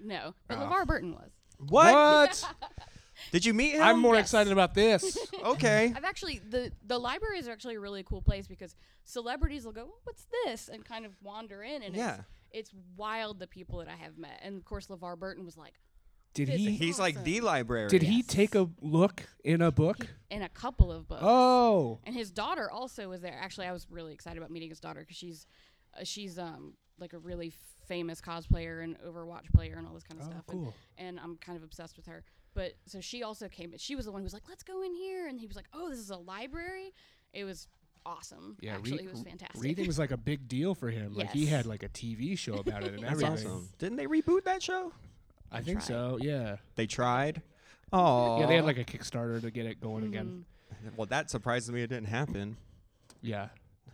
Speaker 4: no, but LeVar Burton was.
Speaker 2: What?
Speaker 4: [laughs]
Speaker 2: Did you meet him?
Speaker 1: I'm more
Speaker 4: yes.
Speaker 1: excited about
Speaker 4: [laughs]
Speaker 1: this.
Speaker 2: okay.
Speaker 4: I've actually the the libraries are actually a really cool place because celebrities will go, "Oh, "What's this?" and kind of wander in, and
Speaker 2: Yeah.
Speaker 4: it's, it's wild the people that I have met. And of course, LeVar Burton was like
Speaker 1: Did
Speaker 4: This
Speaker 1: he?
Speaker 4: is-
Speaker 2: He's like the librarian.
Speaker 1: Did he take a look in a book?
Speaker 4: in a couple of books.
Speaker 1: Oh,
Speaker 4: and his daughter also was there. Actually, I was really excited about meeting his daughter because she's uh, she's um like a really famous cosplayer and Overwatch player and all this kind of stuff.
Speaker 1: cool.
Speaker 4: And, and I'm kind of obsessed with her. But so she also came. She was the one who was like, "Let's go in here," and he was like, "Oh, this is a library." It was awesome.
Speaker 1: yeah.
Speaker 4: actually,
Speaker 1: re-
Speaker 4: it was fantastic.
Speaker 1: Reading was like a big deal for him. Like he
Speaker 4: Yes.
Speaker 1: had like a TV show about it and
Speaker 2: That's
Speaker 1: everything.
Speaker 2: awesome. Didn't they reboot that show?
Speaker 1: I think so. Yeah.
Speaker 2: They tried. Oh.
Speaker 1: Yeah, they had like a Kickstarter to get it going again.
Speaker 4: Mm-hmm.
Speaker 2: well, that surprises me. It didn't happen.
Speaker 1: Yeah.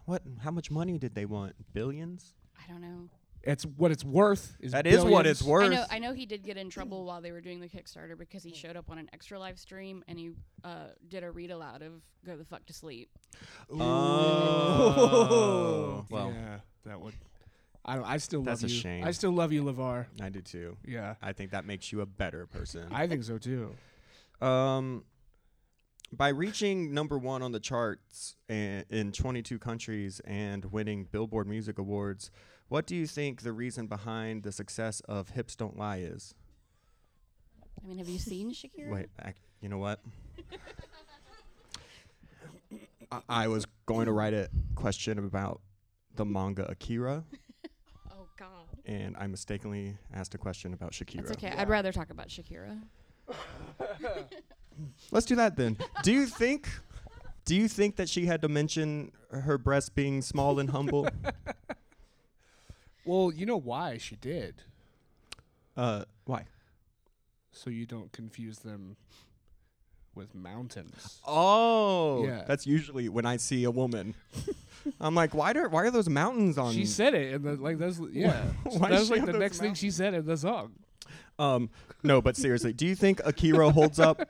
Speaker 2: What? How much money did they want? Billions?
Speaker 4: [laughs] I don't know.
Speaker 1: It's what it's worth. Is
Speaker 2: That is what
Speaker 1: billions.
Speaker 2: it's worth.
Speaker 4: I know. I know he did get
Speaker 1: [clears throat]
Speaker 4: in trouble while they were doing the Kickstarter because he showed up on an extra live stream and he uh, did a read aloud of "Go the fuck to sleep."
Speaker 1: [laughs]
Speaker 2: Oh. well,
Speaker 1: yeah, that would. I don't. I still
Speaker 2: That's
Speaker 1: love
Speaker 2: a
Speaker 1: you.
Speaker 2: shame.
Speaker 1: I still love you, Levar.
Speaker 2: I do too.
Speaker 1: Yeah,
Speaker 2: I think that makes you a better person.
Speaker 1: I think so too.
Speaker 2: Um, by reaching number one on the charts in, in 22 countries and winning Billboard Music Awards, what do you think the reason behind the success of "Hips Don't Lie" is?
Speaker 4: I mean, have
Speaker 1: [laughs]
Speaker 4: you seen Shakira?
Speaker 2: Wait, I, you know what? [laughs] I, I was going to write a question about the manga Akira,
Speaker 4: Oh God.
Speaker 2: and I mistakenly asked a question about Shakira.
Speaker 4: That's okay. I'd rather talk about Shakira.
Speaker 2: Let's do that then. Do you think? Do you think that she had to mention her breasts being small and humble?
Speaker 1: Well, you know why she did,
Speaker 2: Uh, why?
Speaker 1: so you don't confuse them with mountains.
Speaker 2: Oh,
Speaker 1: Yeah.
Speaker 2: That's usually when I see a woman. [laughs] I'm like, why do why are those mountains on?
Speaker 1: She said it, and the, like [laughs] that's yeah.
Speaker 2: Why
Speaker 1: that
Speaker 2: she
Speaker 1: was like
Speaker 2: have
Speaker 1: the
Speaker 2: those
Speaker 1: next thing she said in the song.
Speaker 2: um, no, but seriously, do you think Akira
Speaker 1: [laughs]
Speaker 2: holds up?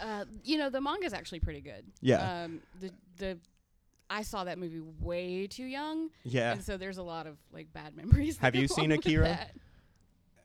Speaker 4: Uh, you know, the manga's actually pretty good.
Speaker 2: Yeah.
Speaker 4: Um, the the I saw that movie way too young,
Speaker 2: Yeah.
Speaker 4: and so there's a lot of like bad [laughs] memories. that
Speaker 2: Have
Speaker 4: go
Speaker 2: you seen
Speaker 4: along with
Speaker 2: Akira?
Speaker 4: that.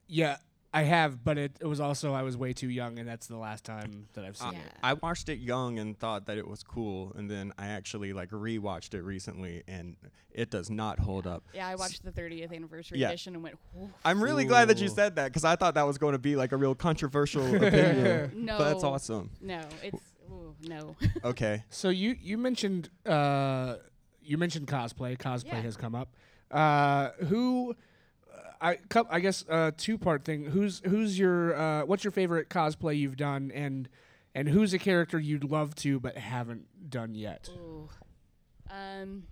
Speaker 1: Yeah, I have, but it, it was also I was way too young, and that's the last time that I've seen
Speaker 4: Yeah.
Speaker 1: it.
Speaker 2: I watched it young and thought that it was cool, and then I actually like rewatched it recently, and it does not hold up.
Speaker 4: Yeah, I watched the 30th anniversary
Speaker 2: Yeah.
Speaker 4: edition and went. "Whoa."
Speaker 2: I'm really glad that you
Speaker 1: Ooh.
Speaker 2: said that because I thought that was going to be like a real controversial opinion.
Speaker 1: [laughs]
Speaker 4: No.
Speaker 2: But [laughs] that's awesome.
Speaker 4: No, it's ooh, no. [laughs]
Speaker 2: Okay.
Speaker 1: So you you mentioned uh, you mentioned cosplay. Cosplay
Speaker 4: Yeah.
Speaker 1: has come up. Uh, who uh, I cou- I guess uh, two part thing. Who's who's your uh, what's your favorite cosplay you've done, and and who's a character you'd love to but haven't done yet?
Speaker 4: Ooh. Um.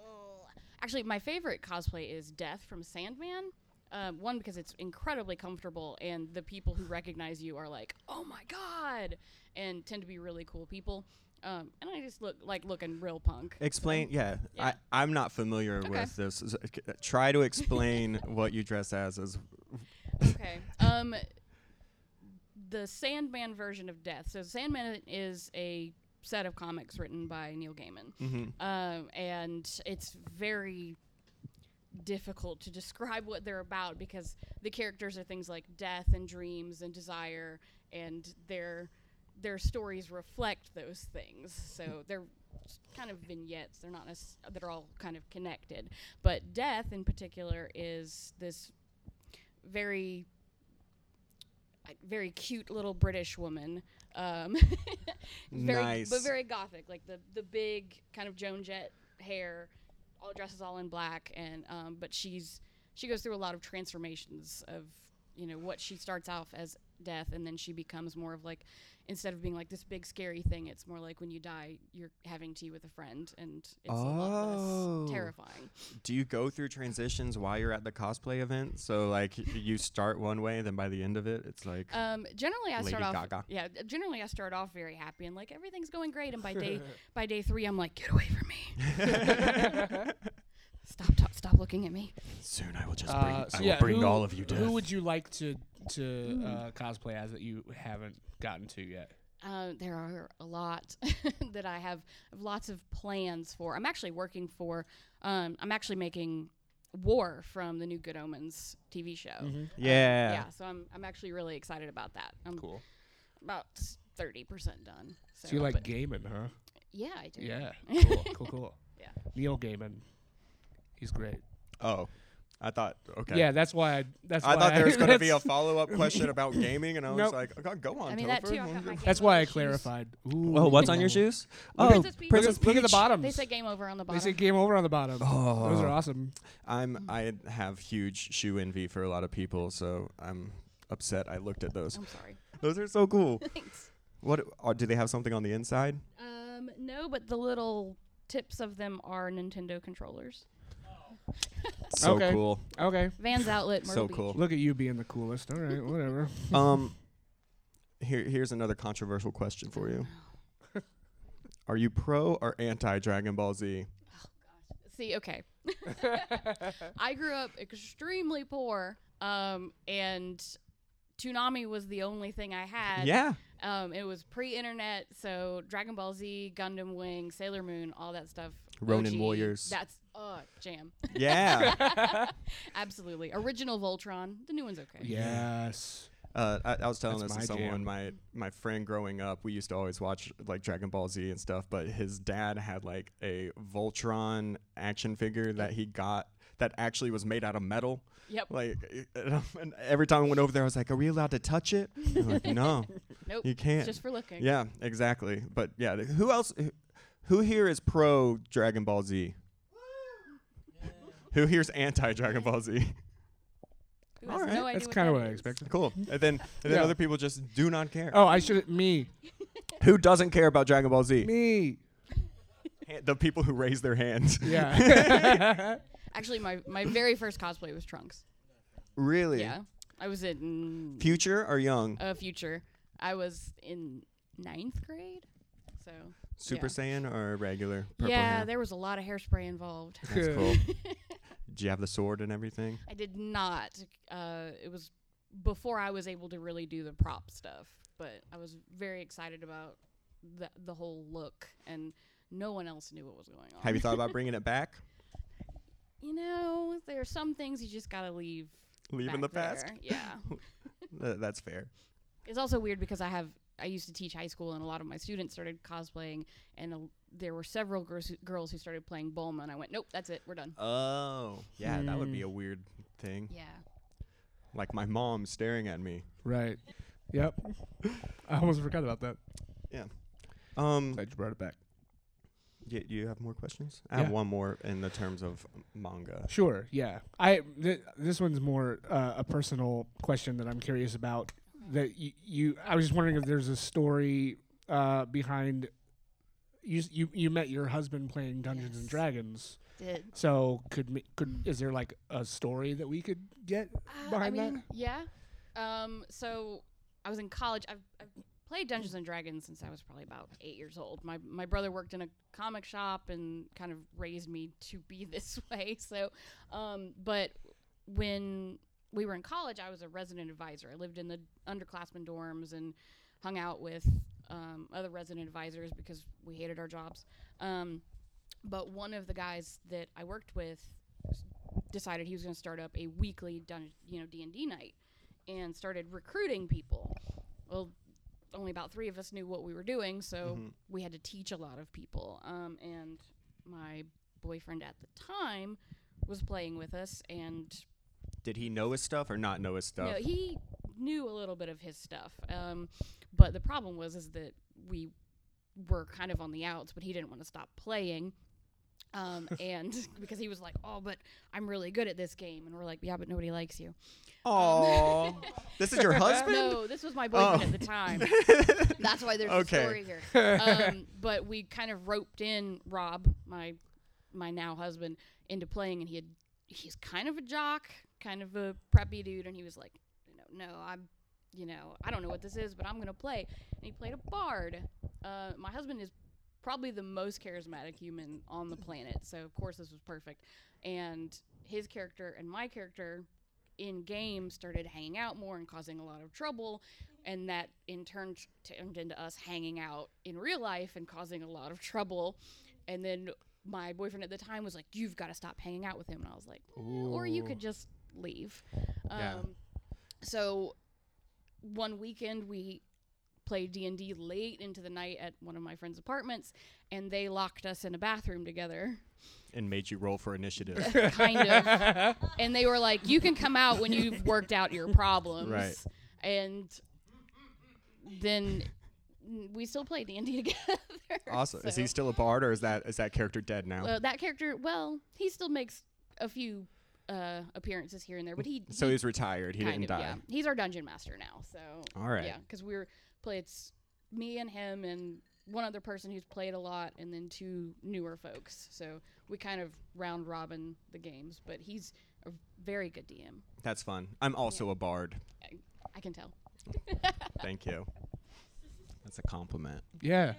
Speaker 4: oh. Actually, my favorite cosplay is Death from Sandman. Um, one because it's incredibly comfortable, and the people who recognize you are like, "Oh my god!" and tend to be really cool people. Um, and I just look like looking real punk.
Speaker 2: Explain. Yeah,
Speaker 4: yeah.
Speaker 2: I, I'm not familiar with this. S- c- Try to explain [laughs] what you dress as. As
Speaker 4: okay. Um, the Sandman version of Death. So Sandman is a set of comics written by Neil Gaiman, um, and it's very difficult to describe what they're about because the characters are things like death and dreams and desire, and their their stories reflect those things. So they're s- kind of vignettes. They're not necess- they're all kind of connected. But death in particular is this very I- very cute little British woman. Um, [laughs] very,
Speaker 2: Nice.
Speaker 4: But very gothic, like the, the big kind of Joan Jett hair, all dresses all in black, and um, but she's she goes through a lot of transformations of you know what she starts off as death, and then she becomes more of like instead of being like this big scary thing, it's more like when you die, you're having tea with a friend, and it's a lot
Speaker 2: Oh.
Speaker 4: less terrifying.
Speaker 2: do you go through transitions while you're at the cosplay event? So like y- you start one way, then by the end of it, it's like
Speaker 4: Um, generally, I start
Speaker 2: Lady
Speaker 4: off.
Speaker 2: Gaga.
Speaker 4: Yeah, generally I start off very happy and like everything's going great, and by day by day three, I'm like, get away from me. [laughs] stop, stop, stop looking at me.
Speaker 2: soon I will just bring,
Speaker 1: Uh, so
Speaker 2: I will
Speaker 1: yeah,
Speaker 2: bring
Speaker 1: who-
Speaker 2: all of you
Speaker 1: Who
Speaker 2: down.
Speaker 1: would you like to to
Speaker 4: Hmm.
Speaker 1: uh, cosplay as that you haven't gotten to yet?
Speaker 4: Uh, there are a lot [laughs] that I have lots of plans for. I'm actually working for. Um, I'm actually making War from the new Good Omens TV show.
Speaker 2: yeah.
Speaker 4: Yeah, so I'm I'm actually really excited about that. I'm
Speaker 1: Cool.
Speaker 4: about thirty percent done. So,
Speaker 1: So you like
Speaker 4: but-
Speaker 1: Gaiman, huh?
Speaker 4: Yeah, I do. [laughs]
Speaker 1: Yeah. Cool. cool. Cool.
Speaker 4: Yeah.
Speaker 1: Neil Gaiman. He's great.
Speaker 2: Oh, I thought. Okay.
Speaker 1: Yeah, that's why. I, that's
Speaker 2: I
Speaker 1: why
Speaker 2: thought there
Speaker 1: [laughs]
Speaker 2: was going to be a
Speaker 1: that's-
Speaker 2: follow up question about gaming, and I was
Speaker 1: Nope.
Speaker 2: like, oh, go on.
Speaker 4: I mean that
Speaker 2: Topher.
Speaker 4: too. I've got my
Speaker 1: That's
Speaker 4: Game
Speaker 1: why
Speaker 4: Over
Speaker 1: I
Speaker 4: shoes.
Speaker 1: clarified.
Speaker 2: Well,
Speaker 1: Well,
Speaker 2: what's on your shoes? Oh,
Speaker 4: Princess Peach.
Speaker 2: Princess
Speaker 1: Look at the
Speaker 2: Peach.
Speaker 1: bottoms.
Speaker 4: They say game over on the
Speaker 1: They
Speaker 4: bottom.
Speaker 1: say game over on the bottom. Those are
Speaker 2: Oh.
Speaker 1: awesome.
Speaker 2: I'm I have huge shoe envy for a lot of people, so I'm upset. I looked at those.
Speaker 4: I'm sorry.
Speaker 2: Those are so cool.
Speaker 4: Thanks.
Speaker 2: What uh, do they have something on the inside?
Speaker 4: Um, no, but the little tips of them are Nintendo controllers.
Speaker 2: So
Speaker 1: Okay.
Speaker 2: cool.
Speaker 1: Okay.
Speaker 4: Vans Outlet. Myrtle
Speaker 2: [laughs] So
Speaker 1: [laughs]
Speaker 4: Beach.
Speaker 2: cool.
Speaker 1: Look at you being the coolest. All right,
Speaker 2: [laughs]
Speaker 1: whatever.
Speaker 2: Um here here's another controversial question for you. Are you pro or anti Dragon Ball Z?
Speaker 4: Oh gosh. See, okay. [laughs] I grew up extremely poor, um, and Toonami was the only thing I had.
Speaker 2: Yeah.
Speaker 4: Um, it was pre-internet, so Dragon Ball Z, Gundam Wing, Sailor Moon, all that stuff.
Speaker 2: Ronin
Speaker 4: OG,
Speaker 2: Warriors.
Speaker 4: That's uh jam. [laughs]
Speaker 2: Yeah.
Speaker 4: Absolutely. Original Voltron. The new one's okay.
Speaker 1: Yes.
Speaker 2: Uh, I, I was telling
Speaker 1: That's
Speaker 2: this to
Speaker 1: my
Speaker 2: someone,
Speaker 1: jam.
Speaker 2: my my friend growing up, we used to always watch like Dragon Ball Z and stuff, but his dad had like a Voltron action figure that he got that actually was made out of metal.
Speaker 4: Yep.
Speaker 2: Like, [laughs] and, um, and every time I went over there, I was like, "Are we allowed to touch it?" They're
Speaker 4: [laughs]
Speaker 2: like, no,
Speaker 4: Nope.
Speaker 2: you can't.
Speaker 4: It's just for looking.
Speaker 2: yeah, exactly. But yeah, th- who else? who- Who here is pro Dragon Ball
Speaker 4: [laughs]
Speaker 2: Z? Who here's anti Dragon Ball
Speaker 4: [laughs]
Speaker 2: Z?
Speaker 4: Who has
Speaker 2: All right,
Speaker 4: no idea
Speaker 1: That's
Speaker 4: what
Speaker 1: kind of
Speaker 4: that
Speaker 1: what I
Speaker 4: is.
Speaker 1: expected.
Speaker 2: Cool. And then and then
Speaker 1: Yeah.
Speaker 2: other people just do not care.
Speaker 1: Oh, I should me
Speaker 2: Who doesn't care about Dragon Ball Z? [laughs]
Speaker 1: me.
Speaker 2: Ha- The people who raise their hands.
Speaker 1: Yeah.
Speaker 4: Actually, my, my very first cosplay was Trunks.
Speaker 2: [laughs] Really?
Speaker 4: Yeah. I was in
Speaker 2: Future or young?
Speaker 4: uh, Future. I was in ninth grade. So.
Speaker 2: Super
Speaker 4: yeah.
Speaker 2: Saiyan or regular? Purple
Speaker 4: yeah,
Speaker 2: hair?
Speaker 4: there was a lot of hairspray involved.
Speaker 1: [laughs]
Speaker 2: That's cool.
Speaker 4: [laughs]
Speaker 2: Did you have the sword and everything?
Speaker 4: I did not. Uh, it was before I was able to really do the prop stuff, but I was very excited about the the whole look, and no one else knew what was going on.
Speaker 2: Have you thought about bringing it back?
Speaker 4: you know, there are some things you just gotta leave.
Speaker 2: Leave in the
Speaker 4: back
Speaker 2: past?
Speaker 4: there. Yeah.
Speaker 2: Th- That's fair.
Speaker 4: It's also weird because I have I used to teach high school and a lot of my students started cosplaying and a, there were several girls who, girls who started playing Bulma and I went nope that's it we're done.
Speaker 2: Oh. Yeah, that would be
Speaker 4: Hmm.
Speaker 2: a weird thing.
Speaker 4: Yeah.
Speaker 2: Like my mom staring at me.
Speaker 1: right. Yep. I almost forgot about that.
Speaker 2: Um,
Speaker 1: Glad you brought it back.
Speaker 2: y- do you have more questions? I have
Speaker 1: Yeah.
Speaker 2: one more in the terms of manga.
Speaker 1: Sure. Yeah. I th- this one's more uh, a personal question that I'm curious about. That you, you I was just wondering if there's a story uh, behind. You, s- you you met your husband playing Dungeons and
Speaker 4: Yes.
Speaker 1: Dragons.
Speaker 4: Did
Speaker 1: So could me, could is there like a story that we could get
Speaker 4: Uh,
Speaker 1: behind
Speaker 4: I mean,
Speaker 1: that?
Speaker 4: Yeah. Um, so I was in college. I've, I've played Dungeons and Dragons since I was probably about eight years old. My my brother worked in a comic shop and kind of raised me to be [laughs] this way. So, um, but when we were in college, I was a resident advisor. I lived in the underclassmen dorms and hung out with um, other resident advisors because we hated our jobs. Um, but one of the guys that I worked with decided he was going to start up a weekly dun- you know D&D night and started recruiting people. Well, only about 3 of us knew what we were doing, so
Speaker 2: Mhm.
Speaker 4: we had to teach a lot of people. Um, and my boyfriend at the time was playing with us and
Speaker 2: Did he know his stuff or not know his stuff?
Speaker 4: no, he knew a little bit of his stuff. Um, but the problem was is that we were kind of on the outs, but he didn't want to stop playing. Um, and [laughs] because he was like, "Oh, but I'm really good at this game," and we're like, "Yeah, but nobody likes you." [laughs]
Speaker 2: Aw. this is your husband?
Speaker 4: No, this was my boyfriend
Speaker 2: Oh.
Speaker 4: at the time. [laughs] That's why there's
Speaker 2: Okay.
Speaker 4: a story here. Um, but we kind of roped in Rob, my my now husband, into playing, and he had he's kind of a jock, kind of a preppy dude, and he was like, you know, no, I'm, you know, I don't know what this is, but I'm gonna play. And he played a bard. Uh, my husband is probably the most charismatic human on the planet, so of course this was perfect. And his character and my character in game started hanging out more and causing a lot of trouble and that in turn t- turned into us hanging out in real life and causing a lot of trouble and then my boyfriend at the time was like you've got to stop hanging out with him and i was like "Eh, or you
Speaker 2: Ooh.
Speaker 4: could just leave um,
Speaker 2: Yeah.
Speaker 4: so one weekend we played d&d late into the night at one of my friend's apartments and they locked us in a bathroom together
Speaker 2: and made you roll for initiative.
Speaker 4: [laughs]
Speaker 2: [laughs]
Speaker 4: kind of. and they were like, "You can come out when you've worked out your problems."
Speaker 2: Right.
Speaker 4: And then we still play D [laughs] and D together.
Speaker 2: awesome. Is
Speaker 4: so-
Speaker 2: he still a bard or is that is that character dead now?
Speaker 4: Well, that character, well, he still makes a few uh, appearances here and there, but he
Speaker 2: so
Speaker 4: he
Speaker 2: he's retired. He
Speaker 4: kind
Speaker 2: didn't die.
Speaker 4: of, Yeah, he's our dungeon master now. So
Speaker 2: All right.
Speaker 4: Yeah, because we're play. It's me and him and one other person who's played a lot, and then two newer folks. So we kind of round robin the games. But he's a very good DM.
Speaker 2: That's fun. I'm also a bard.
Speaker 4: I can tell.
Speaker 2: Thank you.
Speaker 5: That's a compliment.
Speaker 4: [laughs]
Speaker 1: Yeah.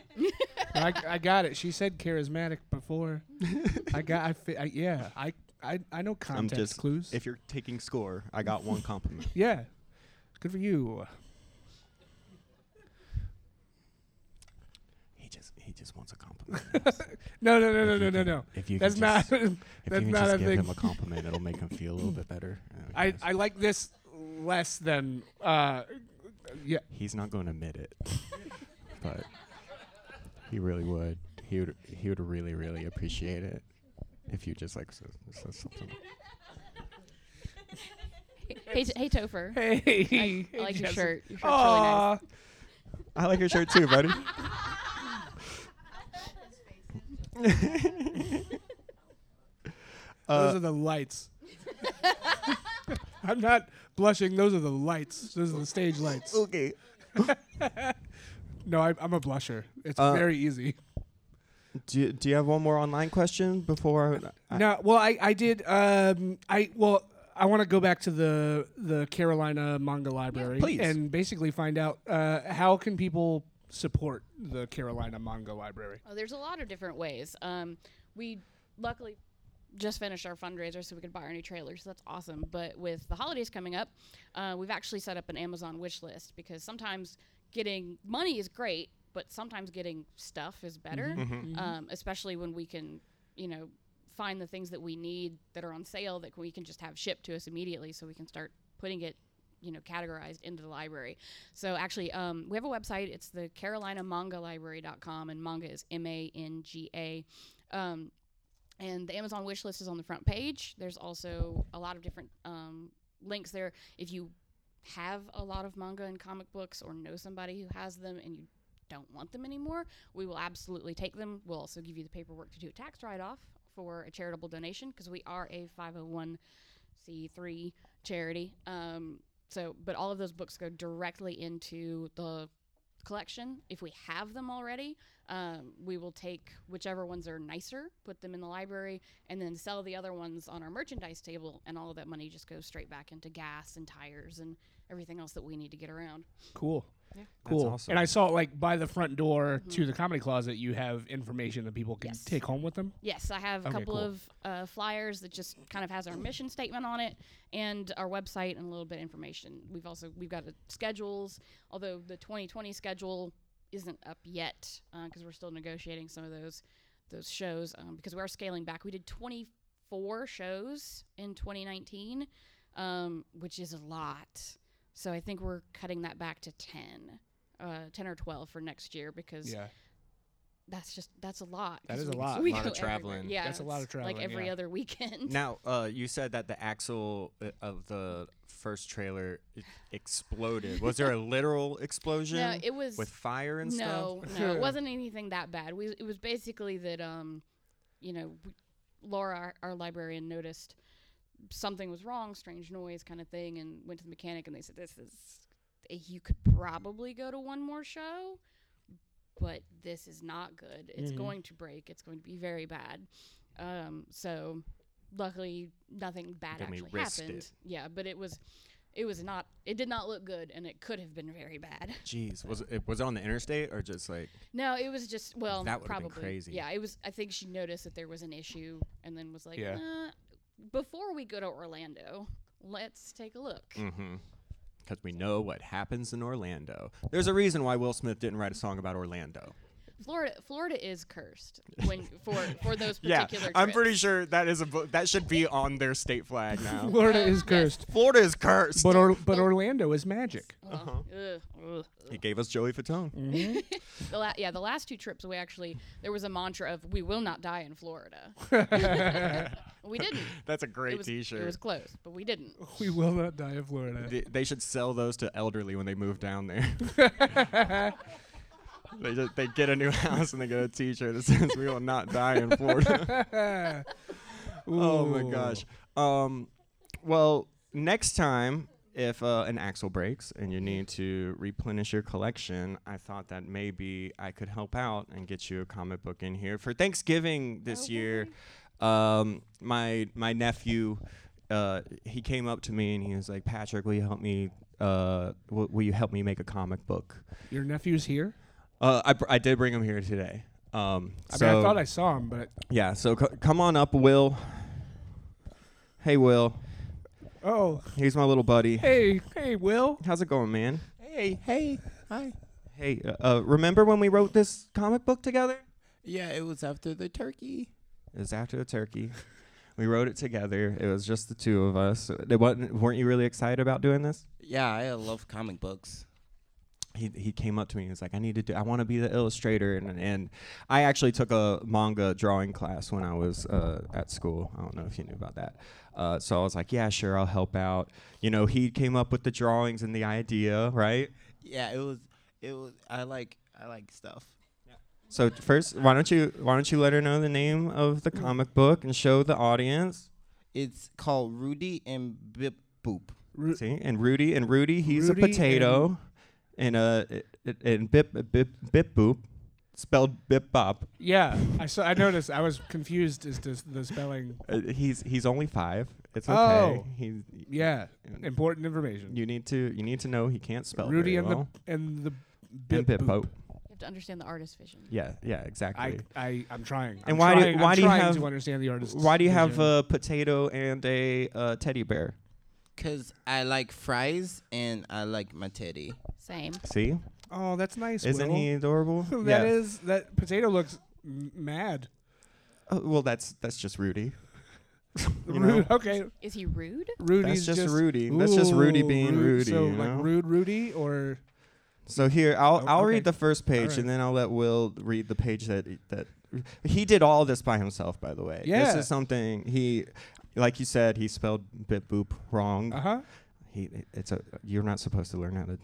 Speaker 1: I, I got it. She said charismatic before. I got. I, fi- I yeah. I I I know
Speaker 2: I'm
Speaker 1: context
Speaker 2: just
Speaker 1: clues.
Speaker 2: If you're taking score,
Speaker 5: I
Speaker 4: [laughs]
Speaker 5: got one compliment.
Speaker 1: yeah. Good for you.
Speaker 5: He just he just wants a compliment.
Speaker 1: [laughs] No no no no
Speaker 5: If
Speaker 1: no
Speaker 5: you
Speaker 1: no
Speaker 5: can-
Speaker 1: no.
Speaker 5: If you
Speaker 1: That's
Speaker 5: can
Speaker 1: not.
Speaker 5: just, if
Speaker 1: [laughs] that's
Speaker 5: you can
Speaker 1: not
Speaker 5: just
Speaker 1: a
Speaker 5: give
Speaker 1: thing.
Speaker 5: him a compliment, it'll make him feel a little
Speaker 1: [laughs]
Speaker 5: bit better. Uh,
Speaker 1: I
Speaker 5: yes.
Speaker 1: I like this less than. Uh, yeah.
Speaker 5: He's not going to admit it, but he really would. He would he would really really appreciate it if you just like said said something.
Speaker 4: Hey, t- hey Topher.
Speaker 1: Hey. [laughs]
Speaker 4: I, I
Speaker 1: hey,
Speaker 4: like your
Speaker 1: Jessica.
Speaker 4: shirt. Your shirt's really
Speaker 1: Aw.
Speaker 4: nice.
Speaker 2: I like your shirt too,
Speaker 5: [laughs]
Speaker 2: buddy.
Speaker 5: Uh,
Speaker 1: Those are the lights. [laughs] I'm not blushing. Those are the lights. Those are the stage lights.
Speaker 2: okay.
Speaker 1: No, I, I'm a blusher. It's
Speaker 2: Uh,
Speaker 1: very easy.
Speaker 2: Do you, do you have one more online question before? I,
Speaker 1: No, well, I I did. Um, I well, I want to go back to the the Carolina manga library,
Speaker 2: please.
Speaker 1: and basically find out uh, how can people support the Carolina manga library.
Speaker 4: Oh, there's a lot of different ways. Um, we luckily just finished our fundraiser so we could buy our new trailer, so that's awesome. But with the holidays coming up, uh, we've actually set up an Amazon wish list because sometimes getting money is great, but sometimes getting stuff is better, Um, especially when we can, you know, find the things that we need that are on sale that we can just have shipped to us immediately so we can start putting it you know categorized into the library so actually um, we have a website it's the carolina manga library.com and manga is m-a-n-g-a um, and the amazon wish list is on the front page there's also a lot of different um, links there if you have a lot of manga and comic books or know somebody who has them and you don't want them anymore we will absolutely take them we'll also give you the paperwork to do a tax write-off for a charitable donation because we are a 501c3 charity um, so, but all of those books go directly into the collection. If we have them already, um, we will take whichever ones are nicer, put them in the library, and then sell the other ones on our merchandise table. And all of that money just goes straight back into gas and tires and everything else that we need to get around.
Speaker 1: Cool.
Speaker 4: Yeah.
Speaker 1: Cool.
Speaker 2: awesome.
Speaker 1: And I saw like by the front door to the comedy closet, you have information that people can
Speaker 4: Yes.
Speaker 1: take home with them.
Speaker 4: Yes, I have a
Speaker 1: Okay,
Speaker 4: couple
Speaker 1: cool.
Speaker 4: of uh, flyers that just kind of has our mission statement on it and our website and a little bit of information. We've also we've got uh, schedules, although the 2020 schedule isn't up yet because we're still negotiating some of those those shows um, because we are scaling back. We did 24 shows in 2019, um, which is a lot. So I think we're cutting that back to 10, uh, 10 or 12 for next year because that's just that's a lot.
Speaker 1: That
Speaker 4: 'cause
Speaker 1: is a
Speaker 4: we-
Speaker 1: lot.
Speaker 4: [laughs] we
Speaker 5: Lot
Speaker 4: go
Speaker 5: of
Speaker 4: everywhere.
Speaker 5: traveling.
Speaker 4: Yeah,
Speaker 1: That's a lot
Speaker 4: it's
Speaker 1: of traveling,
Speaker 4: Like every
Speaker 1: yeah.
Speaker 4: other weekend.
Speaker 2: Now, uh, you said that the axle uh, of the first trailer e- exploded. Was there a literal explosion?
Speaker 4: [laughs] No, it was
Speaker 2: with fire and
Speaker 4: no,
Speaker 2: stuff.
Speaker 4: no, it wasn't anything that bad. We it was basically that um, you know, we, Laura, our, our librarian, noticed something was wrong, strange noise kind of thing, and went to the mechanic, and they said, "This is eh, you could probably go to one more show." But this is not good. It's going to break. It's going to be very bad. Um, so, luckily, nothing bad
Speaker 2: Then we
Speaker 4: actually
Speaker 2: risked
Speaker 4: happened.
Speaker 2: it.
Speaker 4: Yeah, but it was, it was not. It did not look good, and it could have been very bad.
Speaker 2: Jeez, was it was it on the interstate or just like
Speaker 4: No, it was just well,
Speaker 2: That would've been
Speaker 4: probably
Speaker 2: crazy.
Speaker 4: Yeah, it was. I think she noticed that there was an issue, and then was like,
Speaker 1: Yeah.
Speaker 4: "Uh, "Before we go to Orlando, let's take a look."
Speaker 2: Mm. because we know what happens in Orlando? There's a reason why Will Smith didn't write a song about Orlando.
Speaker 4: Florida, Florida is cursed when for for those
Speaker 2: [laughs] Yeah,
Speaker 4: particular.
Speaker 2: I'm
Speaker 4: trips.
Speaker 2: pretty sure that is a bo- that should be on their state flag now. [laughs]
Speaker 1: Florida
Speaker 4: Uh,
Speaker 1: is
Speaker 4: yes.
Speaker 1: cursed,
Speaker 2: Florida is cursed.
Speaker 1: but or, but Orlando is magic.
Speaker 4: Oh, ugh,
Speaker 2: Uh-huh.
Speaker 4: ugh, ugh.
Speaker 2: he gave us Joey Fatone.
Speaker 4: The la- yeah, the last two trips we actually there was a mantra of "We will not die in
Speaker 2: [laughs]
Speaker 4: Florida." [laughs] we didn't.
Speaker 2: That's a
Speaker 4: It
Speaker 2: great
Speaker 4: was,
Speaker 2: T-shirt.
Speaker 4: it was close, but we didn't.
Speaker 1: We will not die in Florida.
Speaker 2: They, they should sell those to elderly when they move down there.
Speaker 4: [laughs]
Speaker 2: [laughs] they just, they get a new house and they get a T-shirt that says "We will not die in Florida."
Speaker 4: [laughs]
Speaker 2: [laughs] oh my
Speaker 1: Ooh.
Speaker 2: gosh. Um, well, next time if uh, an axle breaks and you need to replenish your collection, I thought that maybe I could help out and get you a comic book in here for Thanksgiving this year. Um, my my nephew uh, he came up to me and he was like, Patrick, will you help me? Uh, w- will you help me make a comic book?
Speaker 1: Your nephew's here.
Speaker 2: Uh, I, br- I did bring him here today. Um,
Speaker 1: I
Speaker 2: so,
Speaker 1: mean, I thought I saw him, but
Speaker 2: Yeah, so c- come on up, Will. Hey, Will.
Speaker 1: oh,
Speaker 2: He's my little buddy.
Speaker 1: hey, hey, Will.
Speaker 2: How's it going, man?
Speaker 3: Hey, hey, hi.
Speaker 2: Hey, uh, uh, remember when we wrote this comic book together?
Speaker 3: Yeah, it was after the turkey.
Speaker 2: It was after the turkey. We wrote it together. It was just the two of us. It wasn't, weren't you really excited about doing this?
Speaker 3: Yeah, I love comic books.
Speaker 2: He, he came up to me and was like, I need to do, I want to be the illustrator. And, and I actually took a manga drawing class when I was uh, at school. I don't know if you knew about that. Uh, so I was like, yeah, sure, I'll help out. You know, he came up with the drawings and the idea, right?
Speaker 3: Yeah, it was. It was. I like. I like stuff.
Speaker 2: So first, why don't you why don't you let her know the name of the comic book and show the audience?
Speaker 3: It's called Rudy and Bip Boop.
Speaker 2: See, and Rudy and Rudy, he's
Speaker 1: Mm. Rudy
Speaker 2: a potato, and, uh, it- it- and Bip Bip Bip Boop, spelled Bip Bop.
Speaker 1: Yeah, I saw. I noticed. I was confused as to the spelling.
Speaker 2: Uh, he's he's only five. It's okay.
Speaker 1: Oh.
Speaker 2: He's,
Speaker 1: Yeah, important information.
Speaker 2: you need to you need to know he can't spell
Speaker 1: Rudy
Speaker 2: very
Speaker 1: and
Speaker 2: well.
Speaker 1: the and the
Speaker 2: and Bip Boop.
Speaker 4: You have to understand the artist vision.
Speaker 2: Yeah, yeah,
Speaker 1: I
Speaker 2: exactly.
Speaker 1: I I'm trying. I'm
Speaker 2: And why do-
Speaker 1: trying- I'm
Speaker 2: why do you
Speaker 1: trying
Speaker 2: have-
Speaker 1: to understand the artist?
Speaker 2: why do you have uh, a potato and a uh, teddy bear?
Speaker 3: Cause I like fries and I like my teddy.
Speaker 4: Same.
Speaker 2: See,
Speaker 1: oh, that's nice.
Speaker 2: isn't
Speaker 1: Will.
Speaker 2: he adorable?
Speaker 1: [laughs] That is that potato looks m- mad.
Speaker 2: Uh, well, that's that's just
Speaker 1: [laughs]
Speaker 2: Rudy. You
Speaker 1: Rude-
Speaker 2: know?
Speaker 1: Okay,
Speaker 4: Is he rude?
Speaker 1: Rudy's
Speaker 2: just Rudy. That's just Rudy
Speaker 1: Ooh,
Speaker 2: being
Speaker 1: rude.
Speaker 2: Rudy,
Speaker 1: So
Speaker 2: you
Speaker 1: like
Speaker 2: know?
Speaker 1: rude Rudy or
Speaker 2: So here, I'll
Speaker 1: Oh,
Speaker 2: I'll
Speaker 1: okay.
Speaker 2: read the first page
Speaker 1: right.
Speaker 2: and then I'll let Will read the page that that he did all this by himself. By the way, this
Speaker 1: Yeah.
Speaker 2: is something he, like you said, he spelled bit boop wrong.
Speaker 1: uh huh.
Speaker 2: He it's a you're not supposed to learn how to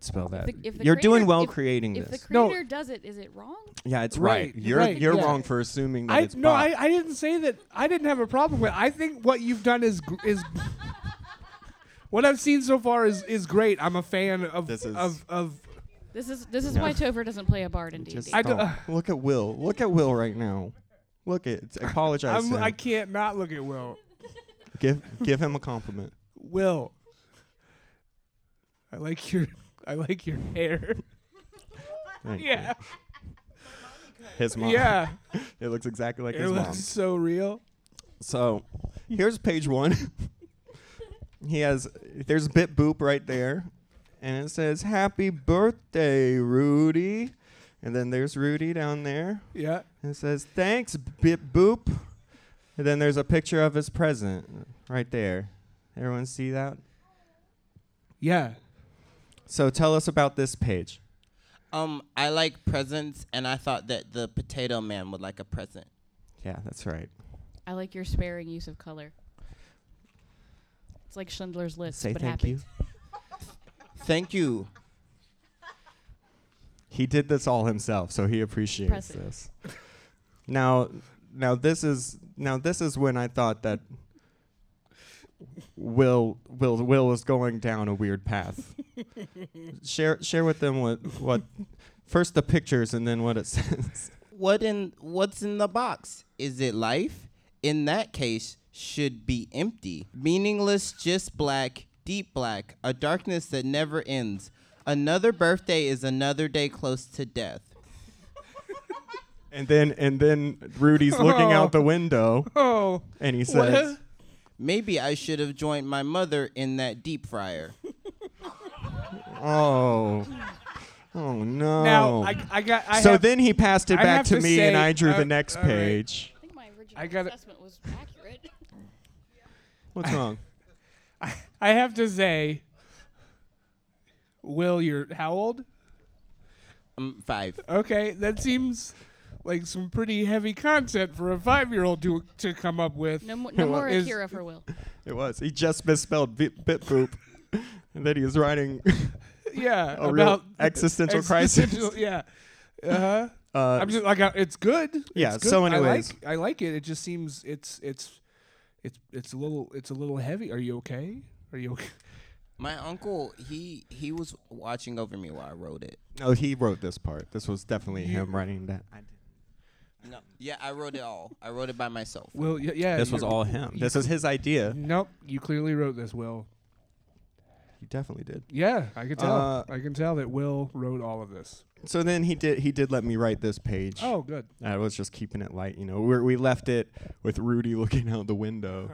Speaker 2: spell that.
Speaker 4: the- if the
Speaker 2: you're doing
Speaker 4: creator-
Speaker 2: well
Speaker 4: if-
Speaker 2: creating
Speaker 4: If the
Speaker 2: this.
Speaker 1: No.
Speaker 4: creator does it, is it wrong?
Speaker 2: yeah, it's
Speaker 1: Right,
Speaker 2: right. You're
Speaker 1: right,
Speaker 2: you're
Speaker 1: yeah.
Speaker 2: wrong for assuming that
Speaker 1: I
Speaker 2: it's
Speaker 1: no,
Speaker 2: Bob.
Speaker 1: I, I didn't say that. I didn't have a problem with. I think what you've done is gr- is [laughs] what I've seen so far is is great. I'm a fan of
Speaker 2: This is-
Speaker 1: of of.
Speaker 4: This is this is why Tover doesn't play a bard in D&D.
Speaker 2: Just
Speaker 1: I d-
Speaker 2: don't. look at Will. Look at Will right now. Look at apologize.
Speaker 1: I'm,
Speaker 2: to him.
Speaker 1: I can't not look at Will.
Speaker 2: give give him a compliment.
Speaker 1: Will, I like your [laughs] I like your hair. [laughs]
Speaker 2: Thank you.
Speaker 1: Yeah,
Speaker 2: His mom.
Speaker 1: yeah.
Speaker 2: It looks exactly like
Speaker 1: it
Speaker 2: his
Speaker 1: looks
Speaker 2: mom.
Speaker 1: so real.
Speaker 2: So here's page one. [laughs] he has there's bit boop right there. And it says, Happy birthday, Rudy. And then there's Rudy down there.
Speaker 1: Yeah.
Speaker 2: And it says, Thanks, bit boop. And then there's a picture of his present right there. Everyone see that?
Speaker 1: Yeah.
Speaker 2: So tell us about this page.
Speaker 3: Um, I like presents, and I thought that the potato man would like a present.
Speaker 2: Yeah, that's right.
Speaker 4: I like your sparing use of color. It's like Schindler's List,
Speaker 2: Say
Speaker 4: but
Speaker 2: thank
Speaker 4: happy.
Speaker 2: you.
Speaker 3: Thank you.
Speaker 2: He did this all himself, so he appreciates
Speaker 4: Impressive.
Speaker 2: this. Now, now this is now this is when I thought that Will Will Will was going down a
Speaker 1: [laughs]
Speaker 2: weird path. share share with them what what first the pictures and then what it says.
Speaker 3: What in what's in the box? Is it life? In that case, should be empty. Meaningless, just black, deep black, a darkness that never ends. Another birthday is another day close to death.
Speaker 2: And then and then Rudy's looking out
Speaker 1: [laughs]
Speaker 2: the window
Speaker 1: Oh.
Speaker 2: and he says,
Speaker 3: Maybe I should have joined my mother in that deep fryer. [laughs]
Speaker 2: "Oh, oh no."
Speaker 1: Now I, I got. I
Speaker 2: so
Speaker 1: have,
Speaker 2: then he passed it
Speaker 1: I
Speaker 2: back
Speaker 1: have
Speaker 2: to,
Speaker 1: to
Speaker 2: me,
Speaker 1: say-
Speaker 2: and I drew
Speaker 1: uh,
Speaker 2: the next
Speaker 1: all right.
Speaker 2: page.
Speaker 4: I think my original
Speaker 1: I gotta-
Speaker 4: assessment was accurate.
Speaker 2: What's wrong?
Speaker 1: I have to say, Will, you're how old?
Speaker 3: Um, five.
Speaker 1: Okay, that seems like some pretty heavy content for a five-year-old to to come up with.
Speaker 4: [laughs] No, mo- no
Speaker 2: Well,
Speaker 4: more
Speaker 1: is-
Speaker 4: Akira for Will.
Speaker 2: It was. He just misspelled bit, bit poop. [laughs] and then he was [laughs] writing
Speaker 1: Yeah,
Speaker 2: a
Speaker 1: about
Speaker 2: real existential
Speaker 1: [laughs]
Speaker 2: crisis.
Speaker 1: existential- Yeah. Uh-huh.
Speaker 2: Uh,
Speaker 1: I'm just like uh, it's good. It's
Speaker 2: Yeah,
Speaker 1: good.
Speaker 2: so
Speaker 1: I
Speaker 2: anyways.
Speaker 1: like, I like it. It just seems it's it's it's it's a little it's a little heavy. Are you okay? Are you okay? [laughs]
Speaker 3: My uncle, he he was watching over me while I wrote it.
Speaker 2: no, Oh, he wrote this part. This was definitely him writing that.
Speaker 3: No, yeah, I wrote it all. I wrote it by myself.
Speaker 1: Will, y- yeah.
Speaker 2: This was
Speaker 1: you're-
Speaker 2: all him. This is his idea.
Speaker 1: Nope, you clearly wrote this, Will.
Speaker 2: You definitely did.
Speaker 1: Yeah, I can tell.
Speaker 2: Uh,
Speaker 1: I can tell that Will wrote all of this.
Speaker 2: So then he did. He did let me write this page.
Speaker 1: Oh, good.
Speaker 2: I was just keeping it light, you know. We're, we left it with Rudy [laughs] looking out the [laughs] window,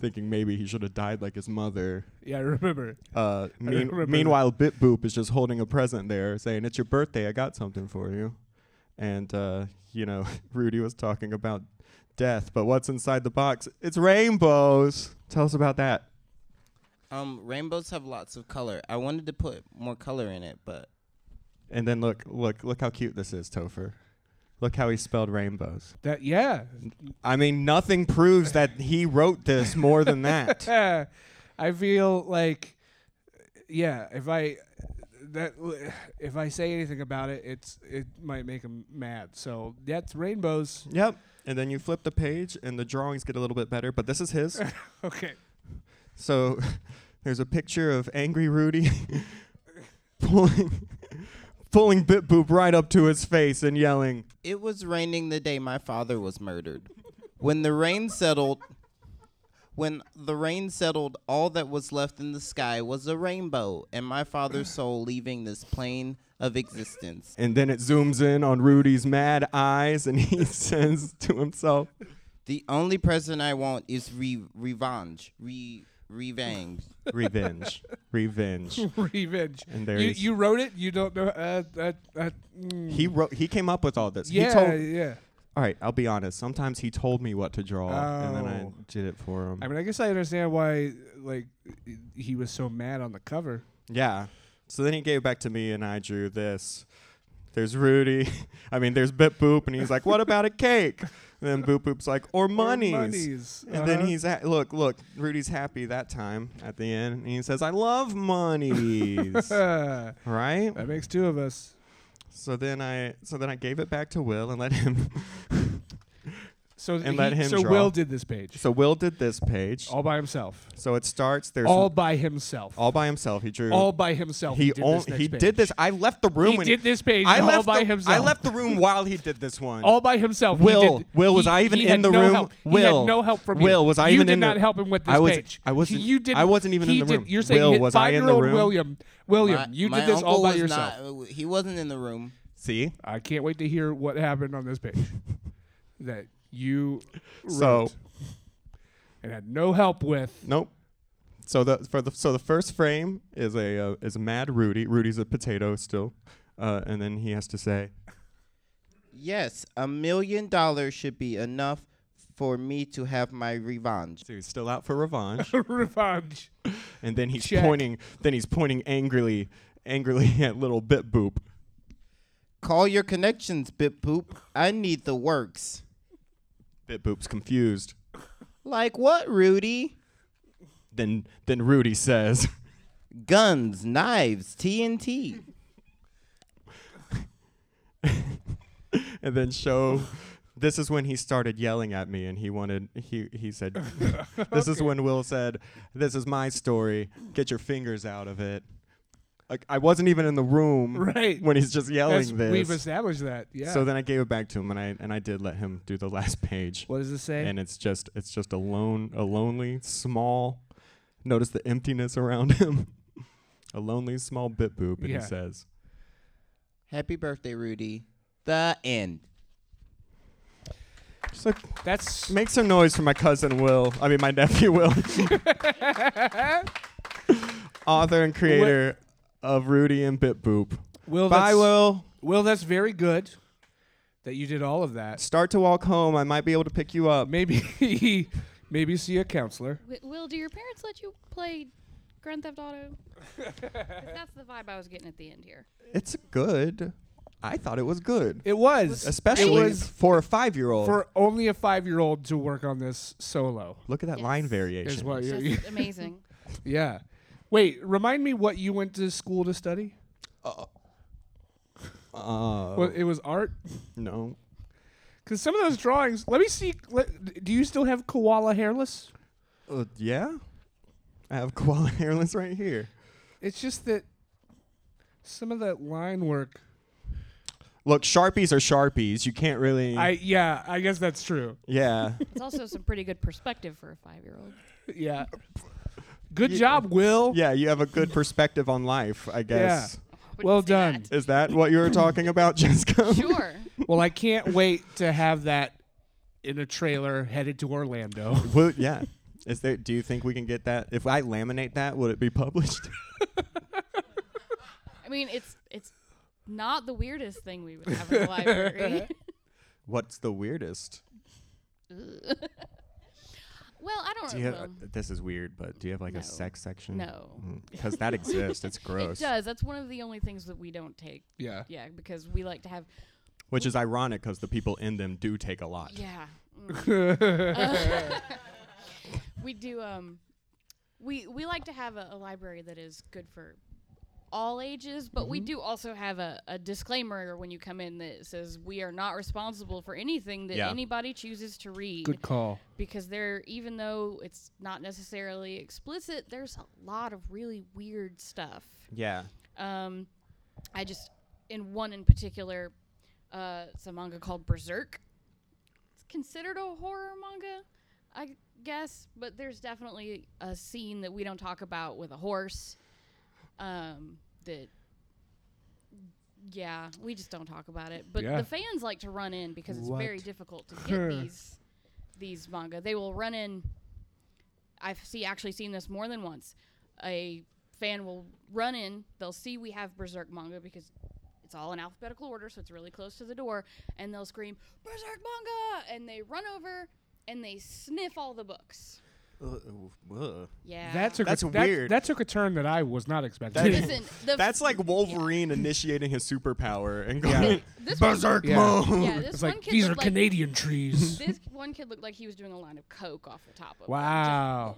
Speaker 2: thinking maybe he should have died like his mother.
Speaker 1: Yeah, I remember.
Speaker 2: Uh, mean,
Speaker 1: remember that.
Speaker 2: meanwhile, Bit Boop is just holding a present there, saying, "It's your birthday. I got something for you." And uh, you know, [laughs] Rudy was talking about death, but what's inside the box? It's rainbows. Tell us about that.
Speaker 3: Um, rainbows have lots of color. I wanted to put more color in it, but
Speaker 2: And then look, look, look how cute this is, Topher. Look how he spelled rainbows.
Speaker 1: That yeah.
Speaker 2: I mean, nothing proves that he wrote this more than that.
Speaker 1: [laughs] Yeah. I feel like yeah, if I that if I say anything about it, it's it might make him mad. So that's rainbows. [laughs]
Speaker 2: Yep. And then you flip the page, and the drawings get a little bit better. But this is his.
Speaker 1: Okay. [laughs]
Speaker 2: so [laughs] there's a picture of angry Rudy [laughs] pulling [laughs] pulling Bit Boop right up to his face and yelling.
Speaker 3: It was raining the day my father was murdered. When the rain settled, when the rain settled, all that was left in the sky was a rainbow and my father's soul leaving this plane of existence.
Speaker 2: And then it zooms in on Rudy's mad eyes, and he [laughs] says to himself,
Speaker 3: The only present I want is re- revenge, re- revenge.
Speaker 2: "Revenge, revenge."
Speaker 1: Revenge.
Speaker 2: And there
Speaker 1: you,
Speaker 2: he's-
Speaker 1: you wrote it. You don't know. Uh, uh, uh, mm.
Speaker 2: He wrote. He came up with all this.
Speaker 1: Yeah.
Speaker 2: He told,
Speaker 1: yeah.
Speaker 2: all right, I'll be honest. Sometimes he told me what to draw, and then I
Speaker 1: Oh.
Speaker 2: did it for him.
Speaker 1: I mean, I guess I understand why like he was so mad on the cover.
Speaker 2: Yeah. So then he gave it back to me, and I drew this. There's Rudy. [laughs] I mean, there's Bit Boop, and he's like, "What about a cake?" And then Boop Boop's like, "Or monies."
Speaker 1: monies,
Speaker 2: And then
Speaker 1: uh-huh.
Speaker 2: he's at, look, look. Rudy's happy that time at the end, and he says, "I
Speaker 1: [laughs]
Speaker 2: love monies."
Speaker 1: Uh,
Speaker 2: right.
Speaker 1: that makes two of us.
Speaker 2: So then I, so then I gave it back to Will and let him. [laughs]
Speaker 1: So
Speaker 2: And let him
Speaker 1: So
Speaker 2: draw.
Speaker 1: Will did this page
Speaker 2: so Will did this page.
Speaker 1: all by himself.
Speaker 2: So it starts. There's
Speaker 1: All by himself.
Speaker 2: all by himself. He drew.
Speaker 1: All by himself.
Speaker 2: he
Speaker 1: did
Speaker 2: on-
Speaker 1: this next
Speaker 2: he
Speaker 1: page.
Speaker 2: did this. I left the room.
Speaker 1: He
Speaker 2: when
Speaker 1: did this page
Speaker 2: I
Speaker 1: all
Speaker 2: left
Speaker 1: by
Speaker 2: the,
Speaker 1: himself.
Speaker 2: I left the room while he did this one.
Speaker 1: all by himself. He
Speaker 2: Will,
Speaker 1: did-
Speaker 2: Will, was
Speaker 1: he-
Speaker 2: I even
Speaker 1: he had
Speaker 2: in the
Speaker 1: no
Speaker 2: room?
Speaker 1: help. he
Speaker 2: Will,
Speaker 1: had no help from you.
Speaker 2: Will, was I
Speaker 1: you
Speaker 2: even
Speaker 1: did
Speaker 2: in the-
Speaker 1: not help him with this
Speaker 2: I was-
Speaker 1: page.
Speaker 2: I wasn't-
Speaker 1: You did.
Speaker 2: I wasn't even in
Speaker 1: he
Speaker 2: the
Speaker 1: did-
Speaker 2: room.
Speaker 1: You're saying
Speaker 2: Will,
Speaker 1: hit
Speaker 2: was I in the
Speaker 1: five-year-old
Speaker 2: room?
Speaker 1: William, William,
Speaker 3: My-
Speaker 1: you
Speaker 3: my
Speaker 1: did this all
Speaker 3: uncle
Speaker 1: by
Speaker 3: was
Speaker 1: yourself.
Speaker 3: not- he wasn't in the room.
Speaker 2: See,
Speaker 1: I can't wait to hear what happened on this page [laughs] that you wrote
Speaker 2: so
Speaker 1: and had no help with. [laughs]
Speaker 2: nope. So the for the so the first frame is a uh, is Mad Rudy. Rudy's a potato still, uh, and then he has to say,
Speaker 3: Yes, a million dollars should be enough for me to have my revenge.
Speaker 2: so he's still out for revenge,
Speaker 1: Revenge.
Speaker 2: and then he's
Speaker 1: Check.
Speaker 2: pointing, then he's pointing angrily, angrily [laughs] at little Bit Boop.
Speaker 3: Call your connections, Bit Poop. I need the works.
Speaker 2: Bit Boop's confused.
Speaker 3: Like what, Rudy?
Speaker 2: Then then Rudy says,
Speaker 3: Guns, knives, TNT.
Speaker 2: and
Speaker 1: [laughs]
Speaker 2: then show. This is when he started yelling at me, and he wanted he
Speaker 1: [laughs]
Speaker 2: he said, "This is when Will said, this is my story. Get your fingers out of it." Like I wasn't even in the room
Speaker 1: Right.
Speaker 2: when he's just yelling
Speaker 1: That's-
Speaker 2: this.
Speaker 1: We've established that. Yeah.
Speaker 2: So then I gave it back to him, and I and I did let him do the last [laughs] page.
Speaker 1: what does it say?
Speaker 2: And it's just it's just a lone a lonely small. Notice the emptiness around [laughs] him. a lonely small bit boop, and
Speaker 1: Yeah.
Speaker 2: he says,
Speaker 3: Happy birthday, Rudy. The end.
Speaker 2: so
Speaker 1: That's
Speaker 2: Make some noise for my cousin Will. I mean, my nephew
Speaker 1: [laughs]
Speaker 2: Will. Author and creator of Rudy and Bit Boop.
Speaker 1: Will.
Speaker 2: Bye,
Speaker 1: that's,
Speaker 2: Will.
Speaker 1: Will, that's very good that you did all of that.
Speaker 2: Start to walk home. I might be able to pick you up.
Speaker 1: Maybe, [laughs] maybe see a counselor.
Speaker 4: Wi- Will, do your parents let you play Grand Theft Auto? 'Cause that's the vibe I was getting at the
Speaker 2: [laughs]
Speaker 4: end here.
Speaker 2: It's good. I thought it was good,
Speaker 1: It was
Speaker 2: especially
Speaker 1: it was
Speaker 2: for a five-year-old.
Speaker 1: for only a five-year-old to work on this solo.
Speaker 2: Look at that
Speaker 4: Yes.
Speaker 2: line
Speaker 1: Is
Speaker 2: variation.
Speaker 1: what you're,
Speaker 4: Just amazing.
Speaker 1: yeah. Wait, remind me what you went to school to study?
Speaker 2: Uh,
Speaker 1: Well, it was art.
Speaker 2: no,
Speaker 1: Because some of those drawings, let me see. Let, do you still have koala hairless?
Speaker 2: Uh, yeah. I have [laughs] koala hairless right here.
Speaker 1: It's just that some of that line work.
Speaker 2: Look, sharpies are sharpies. You can't really.
Speaker 1: I yeah, I guess that's true.
Speaker 2: yeah.
Speaker 4: It's also some pretty good perspective for a five year old.
Speaker 1: Yeah, Good job, Will.
Speaker 2: Yeah, you have a good perspective on life, I guess.
Speaker 4: Wouldn't
Speaker 1: Well
Speaker 4: say
Speaker 2: [laughs]
Speaker 4: that.
Speaker 1: done.
Speaker 2: Is that what you were talking about,
Speaker 4: [laughs]
Speaker 2: Jessica?
Speaker 4: Sure.
Speaker 1: Well, I can't wait to have that in a trailer headed to Orlando.
Speaker 2: Well, yeah. Is there? Do you think we can get that? If I laminate that, would it be published? [laughs]
Speaker 4: I mean, it's it's not the weirdest thing we would have in the
Speaker 2: [laughs]
Speaker 4: library. [laughs]
Speaker 2: What's the weirdest?
Speaker 4: well, I don't
Speaker 2: Do you
Speaker 4: know.
Speaker 2: have, uh, this is weird, but do you have like
Speaker 4: No.
Speaker 2: a sex section?
Speaker 4: No.
Speaker 2: because that exists. It's
Speaker 4: [laughs] It
Speaker 2: gross.
Speaker 4: does. That's one of the only things that we don't take.
Speaker 1: yeah.
Speaker 4: Yeah, because we like to have.
Speaker 2: Which is ironic because the people in them do take a lot.
Speaker 4: Yeah. Mm. [laughs] Uh, we do. Um, we we like to have a, a library that is good for all ages, but
Speaker 2: Mm-hmm.
Speaker 4: we do also have a, a disclaimer when you come in that says we are not responsible for anything that
Speaker 2: Yeah.
Speaker 4: anybody chooses to read.
Speaker 1: Good call.
Speaker 4: because there even though it's not necessarily explicit there's a lot of really weird stuff
Speaker 2: Yeah.
Speaker 4: um i just in one in particular uh it's a manga called berserk it's considered a horror manga i guess but there's definitely a scene that we don't talk about with a horse um that yeah we just don't talk about it but
Speaker 1: Yeah.
Speaker 4: the fans like to run in because it's very difficult to get these these manga. They will run in. I've see actually seen this more than once. A fan will run in. They'll see we have Berserk manga because it's all in alphabetical order, so it's really close to the door, and they'll scream Berserk manga, and they run over and they sniff all the books. Yeah,
Speaker 1: That took
Speaker 2: That's
Speaker 1: a, that-
Speaker 2: weird.
Speaker 1: That, took a turn that I was not expecting.
Speaker 4: [laughs] listen. The
Speaker 2: That's like Wolverine initiating his superpower and
Speaker 1: Yeah.
Speaker 2: going [laughs]
Speaker 4: this
Speaker 1: [laughs]
Speaker 2: berserk
Speaker 1: Yeah.
Speaker 2: mode.
Speaker 4: One, yeah, this
Speaker 1: it's
Speaker 4: one
Speaker 1: like
Speaker 4: kid
Speaker 1: these are
Speaker 4: looked like, [laughs]
Speaker 1: Canadian trees.
Speaker 4: This one kid looked like he was doing a line of coke off the top of it.
Speaker 1: wow.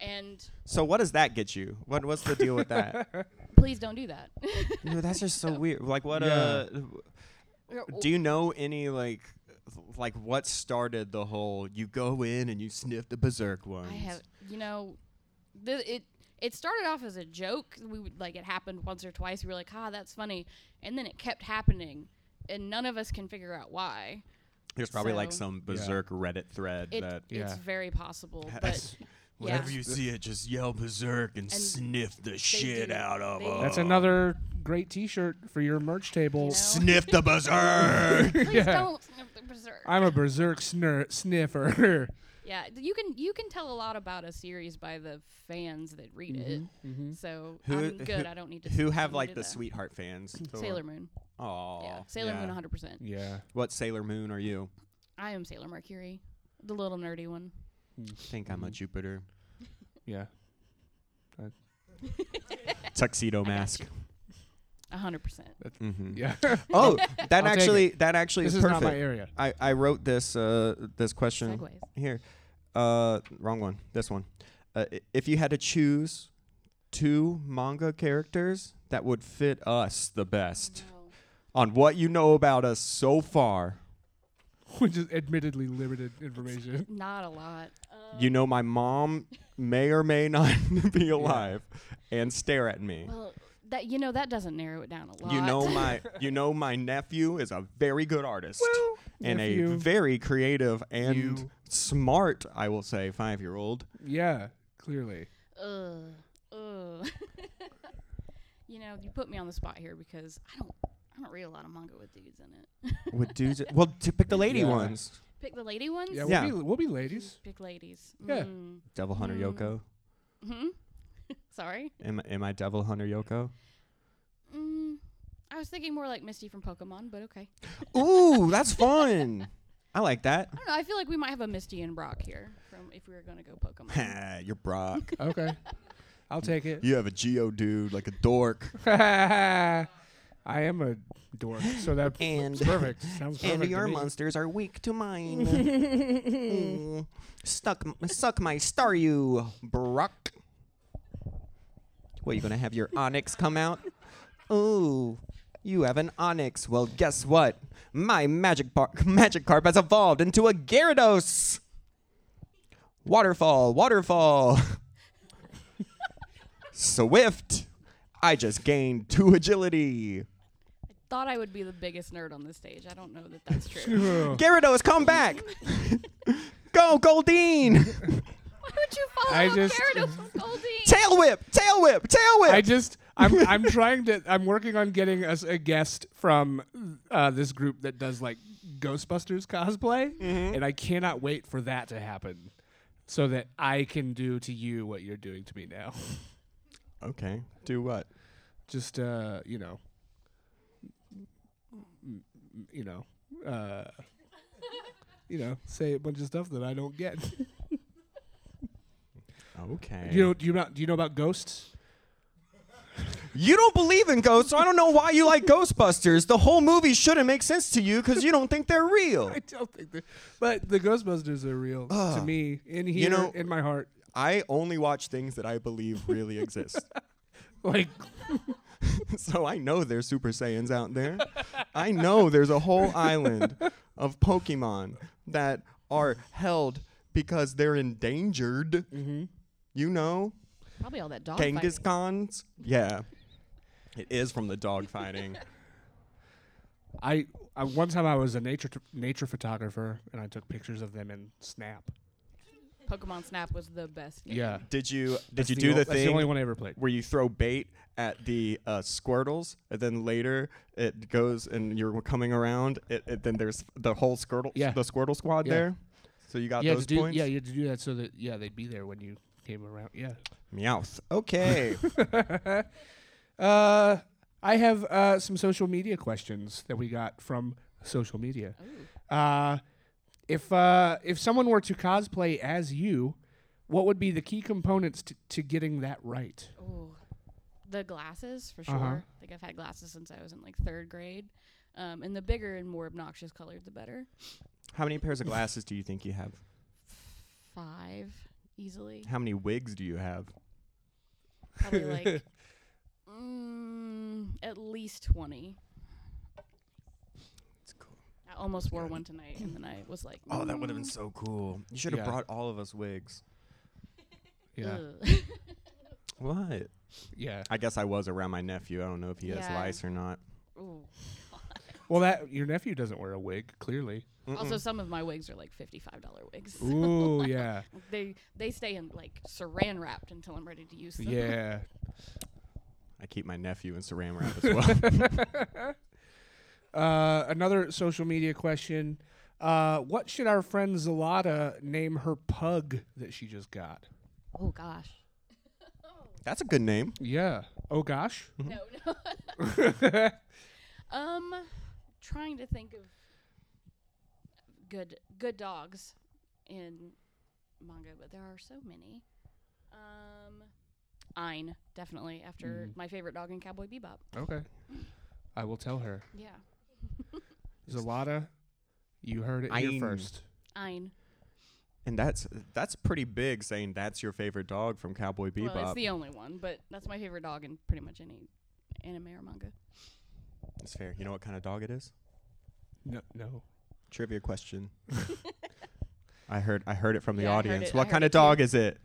Speaker 4: And
Speaker 2: So what does that get you? What what's the deal with that?
Speaker 4: please don't do that.
Speaker 2: [laughs]
Speaker 4: [laughs]
Speaker 2: no, that's just so weird. Like what? Uh, do you know any like like what started the whole? You go in and you sniff the berserk ones.
Speaker 4: I have, you know, th- it it started off as a joke. We would like it happened once or twice. We were like, ah, that's funny, and then it kept happening, and none of us can figure out why.
Speaker 2: There's probably like
Speaker 4: So-
Speaker 2: some berserk Reddit thread
Speaker 4: It,
Speaker 2: that.
Speaker 4: It's
Speaker 1: Yeah.
Speaker 4: very possible, but yeah,
Speaker 2: Whenever you see it, just yell berserk and, sniff the shit
Speaker 4: do.
Speaker 2: out of
Speaker 4: They
Speaker 2: them.
Speaker 1: That's another great T-shirt for your merch table. [laughs]
Speaker 4: you know?
Speaker 2: Sniff the berserk.
Speaker 4: please don't sniff the berserk.
Speaker 1: I'm a berserk snir- sniffer.
Speaker 4: yeah, th- you can you can tell a lot about a series by the fans that [laughs]
Speaker 1: [laughs]
Speaker 4: read it.
Speaker 1: Mm-hmm.
Speaker 4: So
Speaker 2: Mm-hmm. Who-
Speaker 4: I'm
Speaker 2: who-
Speaker 4: good. I don't need
Speaker 2: [laughs]
Speaker 4: to.
Speaker 2: Who
Speaker 4: I
Speaker 2: have
Speaker 4: don't
Speaker 2: like
Speaker 4: need
Speaker 2: the
Speaker 4: to-
Speaker 2: sweetheart fans?
Speaker 4: Sailor Moon.
Speaker 2: Oh,
Speaker 4: Yeah, Sailor Moon 100. percent
Speaker 1: yeah.
Speaker 2: What Sailor Moon are
Speaker 4: [laughs]
Speaker 2: you?
Speaker 4: I am Sailor Mercury, the little nerdy one.
Speaker 2: I think
Speaker 4: Mm-hmm.
Speaker 2: I'm a
Speaker 4: [laughs]
Speaker 2: Jupiter.
Speaker 1: Yeah.
Speaker 2: Tuxedo
Speaker 4: got
Speaker 2: mask.
Speaker 4: you. 100 percent.
Speaker 2: Mm-hmm.
Speaker 1: Yeah. [laughs]
Speaker 4: [laughs]
Speaker 2: Oh, that
Speaker 1: I'll take
Speaker 2: actually that actually
Speaker 1: this
Speaker 2: is
Speaker 1: is
Speaker 2: perfect.
Speaker 1: not my area. [laughs]
Speaker 2: I, I wrote this uh, this question
Speaker 4: Segways.
Speaker 2: here. Uh, wrong one. This one. Uh, i- if you had to choose two manga characters that would fit us the best on what you know about us so far,
Speaker 1: Which is admittedly limited
Speaker 4: [laughs]
Speaker 1: information.
Speaker 4: Not a lot.
Speaker 2: you know my mom may or may not [laughs] be alive and stare at me.
Speaker 4: Well, that you know that doesn't narrow it down a lot.
Speaker 2: You know
Speaker 1: [laughs]
Speaker 2: my you know my nephew is a very good artist and a
Speaker 1: nephew.
Speaker 2: very creative and
Speaker 1: You.
Speaker 2: smart, I will say, five year old.
Speaker 1: Yeah, clearly.
Speaker 4: [laughs] Ugh. Ugh. [laughs] you know, you put me on the spot here because I don't, I don't read a lot of manga with dudes in it. [laughs]
Speaker 2: With dudes well to pick the lady
Speaker 1: Yeah.
Speaker 2: ones.
Speaker 4: Pick the lady ones.
Speaker 1: Yeah, we'll,
Speaker 2: Yeah.
Speaker 1: Be, we'll be ladies.
Speaker 4: Pick ladies.
Speaker 1: Yeah.
Speaker 4: Mm.
Speaker 2: Devil Hunter
Speaker 4: Mm.
Speaker 2: Yoko.
Speaker 4: Hmm. Sorry.
Speaker 2: Am, am I Devil Hunter Yoko?
Speaker 4: Mm. I was thinking more like Misty from Pokemon, but okay.
Speaker 2: Ooh, that's fun. [laughs] I like that.
Speaker 4: I don't know. I feel like we might have a Misty and Brock here from if we were gonna go
Speaker 2: [laughs]
Speaker 4: Pokemon.
Speaker 2: [laughs] You're Brock.
Speaker 1: Okay. [laughs] I'll take it.
Speaker 2: You have a Geo dude, like a dork.
Speaker 1: [laughs] I am a dork, so that's
Speaker 2: And- [laughs]
Speaker 1: perfect. Sounds perfect. to me.
Speaker 2: monsters are weak
Speaker 1: [laughs]
Speaker 2: to mine. mm. Stuck, suck my star, you Brock. What, you gonna have your onyx come out? Ooh, you have an onyx. Well, guess what? My magic bar- [laughs] magic carp has evolved into a Gyarados. Waterfall, waterfall. [laughs] Swift. I just gained two agility.
Speaker 4: Thought I would be the biggest nerd on the stage. I don't know that
Speaker 1: [laughs]
Speaker 4: that's true.
Speaker 1: Ugh.
Speaker 2: Gyarados, come back! Go, Goldeen!
Speaker 4: Why would you follow
Speaker 1: I
Speaker 4: up
Speaker 1: just- [laughs]
Speaker 4: Gyarados with Goldeen?
Speaker 2: Tail whip, tail whip, tail whip.
Speaker 1: I just I'm I'm trying to I'm working on getting us a guest from uh, this group that does like Ghostbusters cosplay, and I cannot wait for that to happen, so that I can do to you what you're doing to me now.
Speaker 2: okay, do what?
Speaker 1: Just uh, you know, m- m- you know, uh, you know, say a bunch of stuff that I don't get. [laughs]
Speaker 2: Okay.
Speaker 1: you know, do you not do you know about ghosts? [laughs]
Speaker 2: You don't believe in ghosts, so I don't know why you like Ghostbusters. The whole movie shouldn't make sense to you because you don't think they're real.
Speaker 1: I don't think that, but the Ghostbusters are real to me in here,
Speaker 2: Ah. know-
Speaker 1: in my heart.
Speaker 2: I only watch things that I believe really exist. [laughs]
Speaker 1: Like
Speaker 2: so I know there's Super Saiyans out there. I know there's a whole island of Pokemon that are held because they're endangered. You know,
Speaker 4: Probably all that dog
Speaker 2: Genghis Khans. Yeah, it is from the
Speaker 1: [laughs]
Speaker 2: dog fighting.
Speaker 1: I, I one time I was a nature nature photographer and I took pictures of them in Snap.
Speaker 4: Pokemon Snap was the best. Game.
Speaker 2: Did you did you
Speaker 1: The
Speaker 2: do
Speaker 1: ol-
Speaker 2: the
Speaker 1: That's the only
Speaker 2: thing
Speaker 1: one I ever played.
Speaker 2: where you throw bait at the uh, squirtles, and then later it goes and you're coming around. It, it, then there's the whole squirtle,
Speaker 1: Yeah.
Speaker 2: the squirtle squad
Speaker 1: Yeah.
Speaker 2: there. So you got
Speaker 1: yeah,
Speaker 2: those
Speaker 1: to do,
Speaker 2: points.
Speaker 1: yeah, you had to do that so that yeah they'd be there when you came around. Yeah.
Speaker 2: Meowth. Okay. [laughs]
Speaker 1: Uh, I have uh, some social media questions that we got from social media. Uh, if uh, if someone were to cosplay as you, what would be the key components to, to getting that right?
Speaker 4: Ooh. The glasses, for sure.
Speaker 1: Uh-huh.
Speaker 4: I think I've had glasses since I was in like third grade. Um, and the bigger and more obnoxious colored, the better.
Speaker 2: How many pairs of glasses do you think you have?
Speaker 4: Five, easily.
Speaker 2: How many wigs do you have?
Speaker 1: [laughs]
Speaker 4: Probably like mm, at least 20.
Speaker 2: It's cool.
Speaker 4: I almost wore one tonight, and then I was like,
Speaker 2: Oh, that would have
Speaker 4: "Mm,
Speaker 2: been so cool. You should have
Speaker 1: Yeah.
Speaker 2: brought all of us wigs.
Speaker 4: ugh." [laughs]
Speaker 2: What?
Speaker 1: yeah.
Speaker 2: I guess I was around my nephew. I don't know if he has
Speaker 4: Yeah.
Speaker 2: lice or not.
Speaker 4: Ooh.
Speaker 1: Well, that your nephew doesn't wear a wig, clearly.
Speaker 4: Also, some of my wigs are like fifty-five dollar wigs.
Speaker 1: Ooh, yeah,
Speaker 4: They they stay in like saran wrapped until I'm ready to use them.
Speaker 1: yeah.
Speaker 2: I keep my nephew in saran wrap as well. [laughs]
Speaker 1: Uh, another social media question. Uh, what should our friend Zalata name her pug that she just got?
Speaker 4: Oh gosh.
Speaker 2: That's a good name.
Speaker 1: Yeah. Oh gosh.
Speaker 4: No, no.
Speaker 1: [laughs]
Speaker 4: um, trying to think of good good dogs in manga, but there are so many. Um, Ein definitely after
Speaker 2: Mm-hmm.
Speaker 4: my favorite dog in Cowboy Bebop.
Speaker 1: Okay. I will tell her.
Speaker 4: Yeah,
Speaker 1: Zalata, you heard it
Speaker 2: Ayn.
Speaker 1: here first.
Speaker 4: Ein.
Speaker 2: And that's that's pretty big saying that's your favorite dog from Cowboy Bebop.
Speaker 4: Well, it's the only one, but that's my favorite dog in pretty much any anime or manga.
Speaker 2: It's fair. You know what kind of dog it is?
Speaker 1: No, no.
Speaker 2: Trivia
Speaker 4: [laughs]
Speaker 2: question. I heard I heard it from the
Speaker 4: Yeah, I heard
Speaker 2: audience.
Speaker 4: it- I
Speaker 2: What
Speaker 4: heard
Speaker 2: kind
Speaker 4: it
Speaker 2: of
Speaker 4: too.
Speaker 2: dog is it?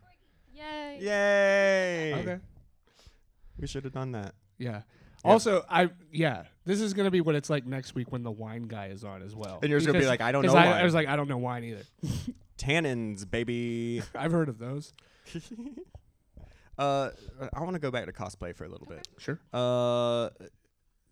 Speaker 4: Yay.
Speaker 2: Yay!
Speaker 1: Okay.
Speaker 2: We should have done that.
Speaker 1: Yeah. Also, I yeah, this is gonna be what it's like next week when the wine guy is on as well.
Speaker 2: And you're just gonna be
Speaker 1: Because-
Speaker 2: like, I don't
Speaker 1: 'cause
Speaker 2: know
Speaker 1: I,
Speaker 2: wine.
Speaker 1: I was like, I don't know wine either. [laughs]
Speaker 2: Tannins, baby.
Speaker 1: I've heard of those.
Speaker 2: Uh, I want to go back to cosplay for a little bit.
Speaker 1: Sure.
Speaker 2: Uh,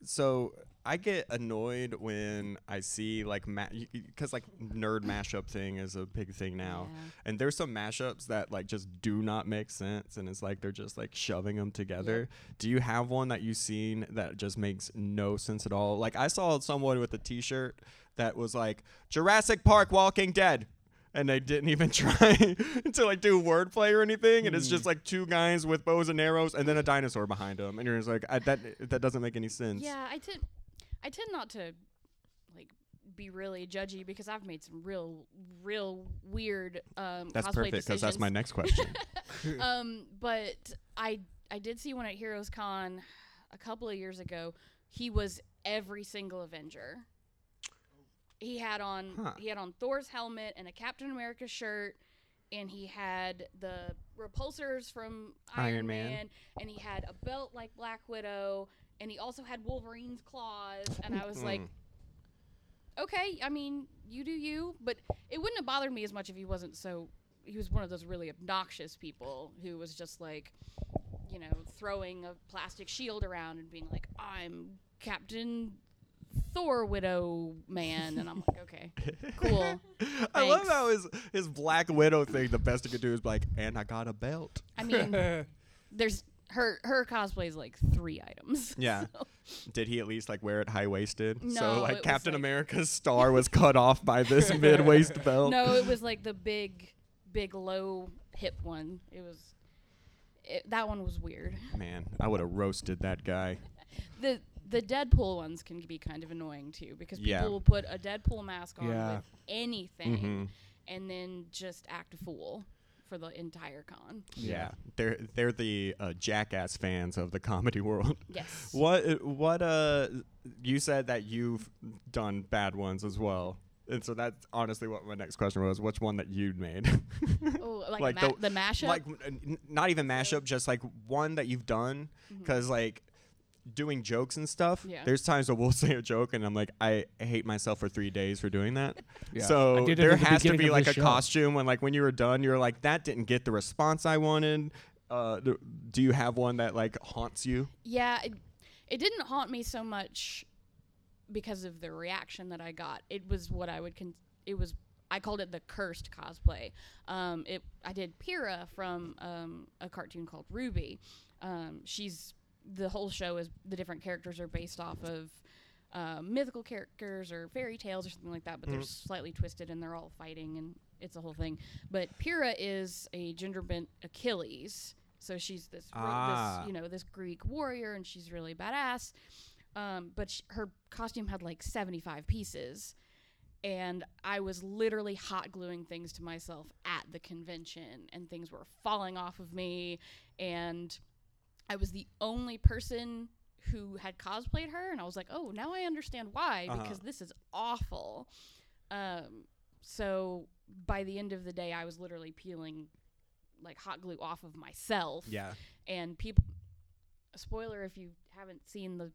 Speaker 2: so I get annoyed when I see like because like nerd mashup thing is a big thing now,
Speaker 4: Yeah.
Speaker 2: and there's some mashups that like just do not make sense, and it's like they're just like shoving them together. Do you have one that you've seen that just makes no sense at all? Like I saw someone with a T-shirt that was like Jurassic Park, Walking Dead. And they didn't even [laughs] try to like do wordplay or anything, and it's just like two guys with bows and arrows, and then a dinosaur behind them, and you're just like, I, that that doesn't make any sense.
Speaker 4: Yeah, I tend I tend not to like be really judgy because I've made some real real weird um
Speaker 2: That's
Speaker 4: cosplay
Speaker 2: perfect because that's my
Speaker 4: decisions. [laughs]
Speaker 2: next question.
Speaker 4: um but I I did see one at Heroes Con a couple of years ago. He was every single Avenger. He had on
Speaker 2: Huh.
Speaker 4: he had on Thor's helmet and a Captain America shirt and he had the repulsors from Iron,
Speaker 2: Iron Man.
Speaker 4: Man. and he had a belt like Black Widow and he also had Wolverine's claws and I was like okay, I mean, you do you, but it wouldn't have bothered me as much if he wasn't so he was one of those really obnoxious people who was just like, you know, throwing a plastic shield around and being like, "I'm Captain Thor, Widow Man," and I'm like, "Okay, cool."
Speaker 2: I love
Speaker 4: Thanks.
Speaker 2: how his his Black Widow thing. The best he could do is be like, and I got a belt.
Speaker 4: I mean, there's her her cosplay is like three items. [laughs]
Speaker 2: Yeah. Did he at least like wear it high waisted?
Speaker 4: No,
Speaker 2: so
Speaker 4: it
Speaker 2: like
Speaker 4: was,
Speaker 2: Captain
Speaker 4: like-
Speaker 2: America's star was cut off by this
Speaker 4: [laughs]
Speaker 2: mid waist belt.
Speaker 4: No, it was like the big, big low hip one. It was. It, that one was weird.
Speaker 2: Man, I would have roasted that guy.
Speaker 4: The the Deadpool ones can be kind of annoying too because people
Speaker 2: Yeah.
Speaker 4: will put a Deadpool mask on
Speaker 1: Yeah.
Speaker 4: with anything and then just act a fool for the entire con.
Speaker 2: Yeah, they're they're the uh, jackass fans of the comedy world.
Speaker 4: [laughs] Yes.
Speaker 2: What what uh you said that you've done bad ones as well. And so that's honestly what my next question was. Which one that you'd made? [laughs]
Speaker 4: Oh, like, ma- the, mashup.
Speaker 2: Like n- n- not even mashup, just like one that you've done cuz like doing jokes and stuff.
Speaker 4: Mm-hmm. Yeah.
Speaker 2: There's times where we'll [laughs] say a joke and I'm like I hate myself for 3 days for doing that.
Speaker 1: [laughs] Yeah. I
Speaker 2: So
Speaker 1: did it
Speaker 2: there
Speaker 1: at the
Speaker 2: has to
Speaker 1: beginning
Speaker 2: be
Speaker 1: of
Speaker 2: like
Speaker 1: this
Speaker 2: a
Speaker 1: show.
Speaker 2: costume when like when you were done you're like that didn't get the response I wanted. Uh, th- do you have one that like haunts you?
Speaker 4: Yeah, it, it didn't haunt me so much because of the reaction that I got. It was what I would con- it was I called it the cursed cosplay. Um, it I did Pyrrha from um, a cartoon called Ruby. Um, she's the whole show is the different characters are based off of uh, mythical characters or fairy tales or something like that, but they're slightly twisted and they're all fighting and it's a whole thing. But Pyrrha is a gender bent Achilles, so she's this, re-
Speaker 2: Ah.
Speaker 4: this you know this Greek warrior and she's really badass. Um, but sh- her costume had like seventy five pieces, and I was literally hot gluing things to myself at the convention, and things were falling off of me, and I was the only person who had cosplayed her, and I was like, oh, now I understand why because this is awful. Um, so by the end of the day, I was literally peeling like hot glue off of myself. And people, spoiler if you haven't seen the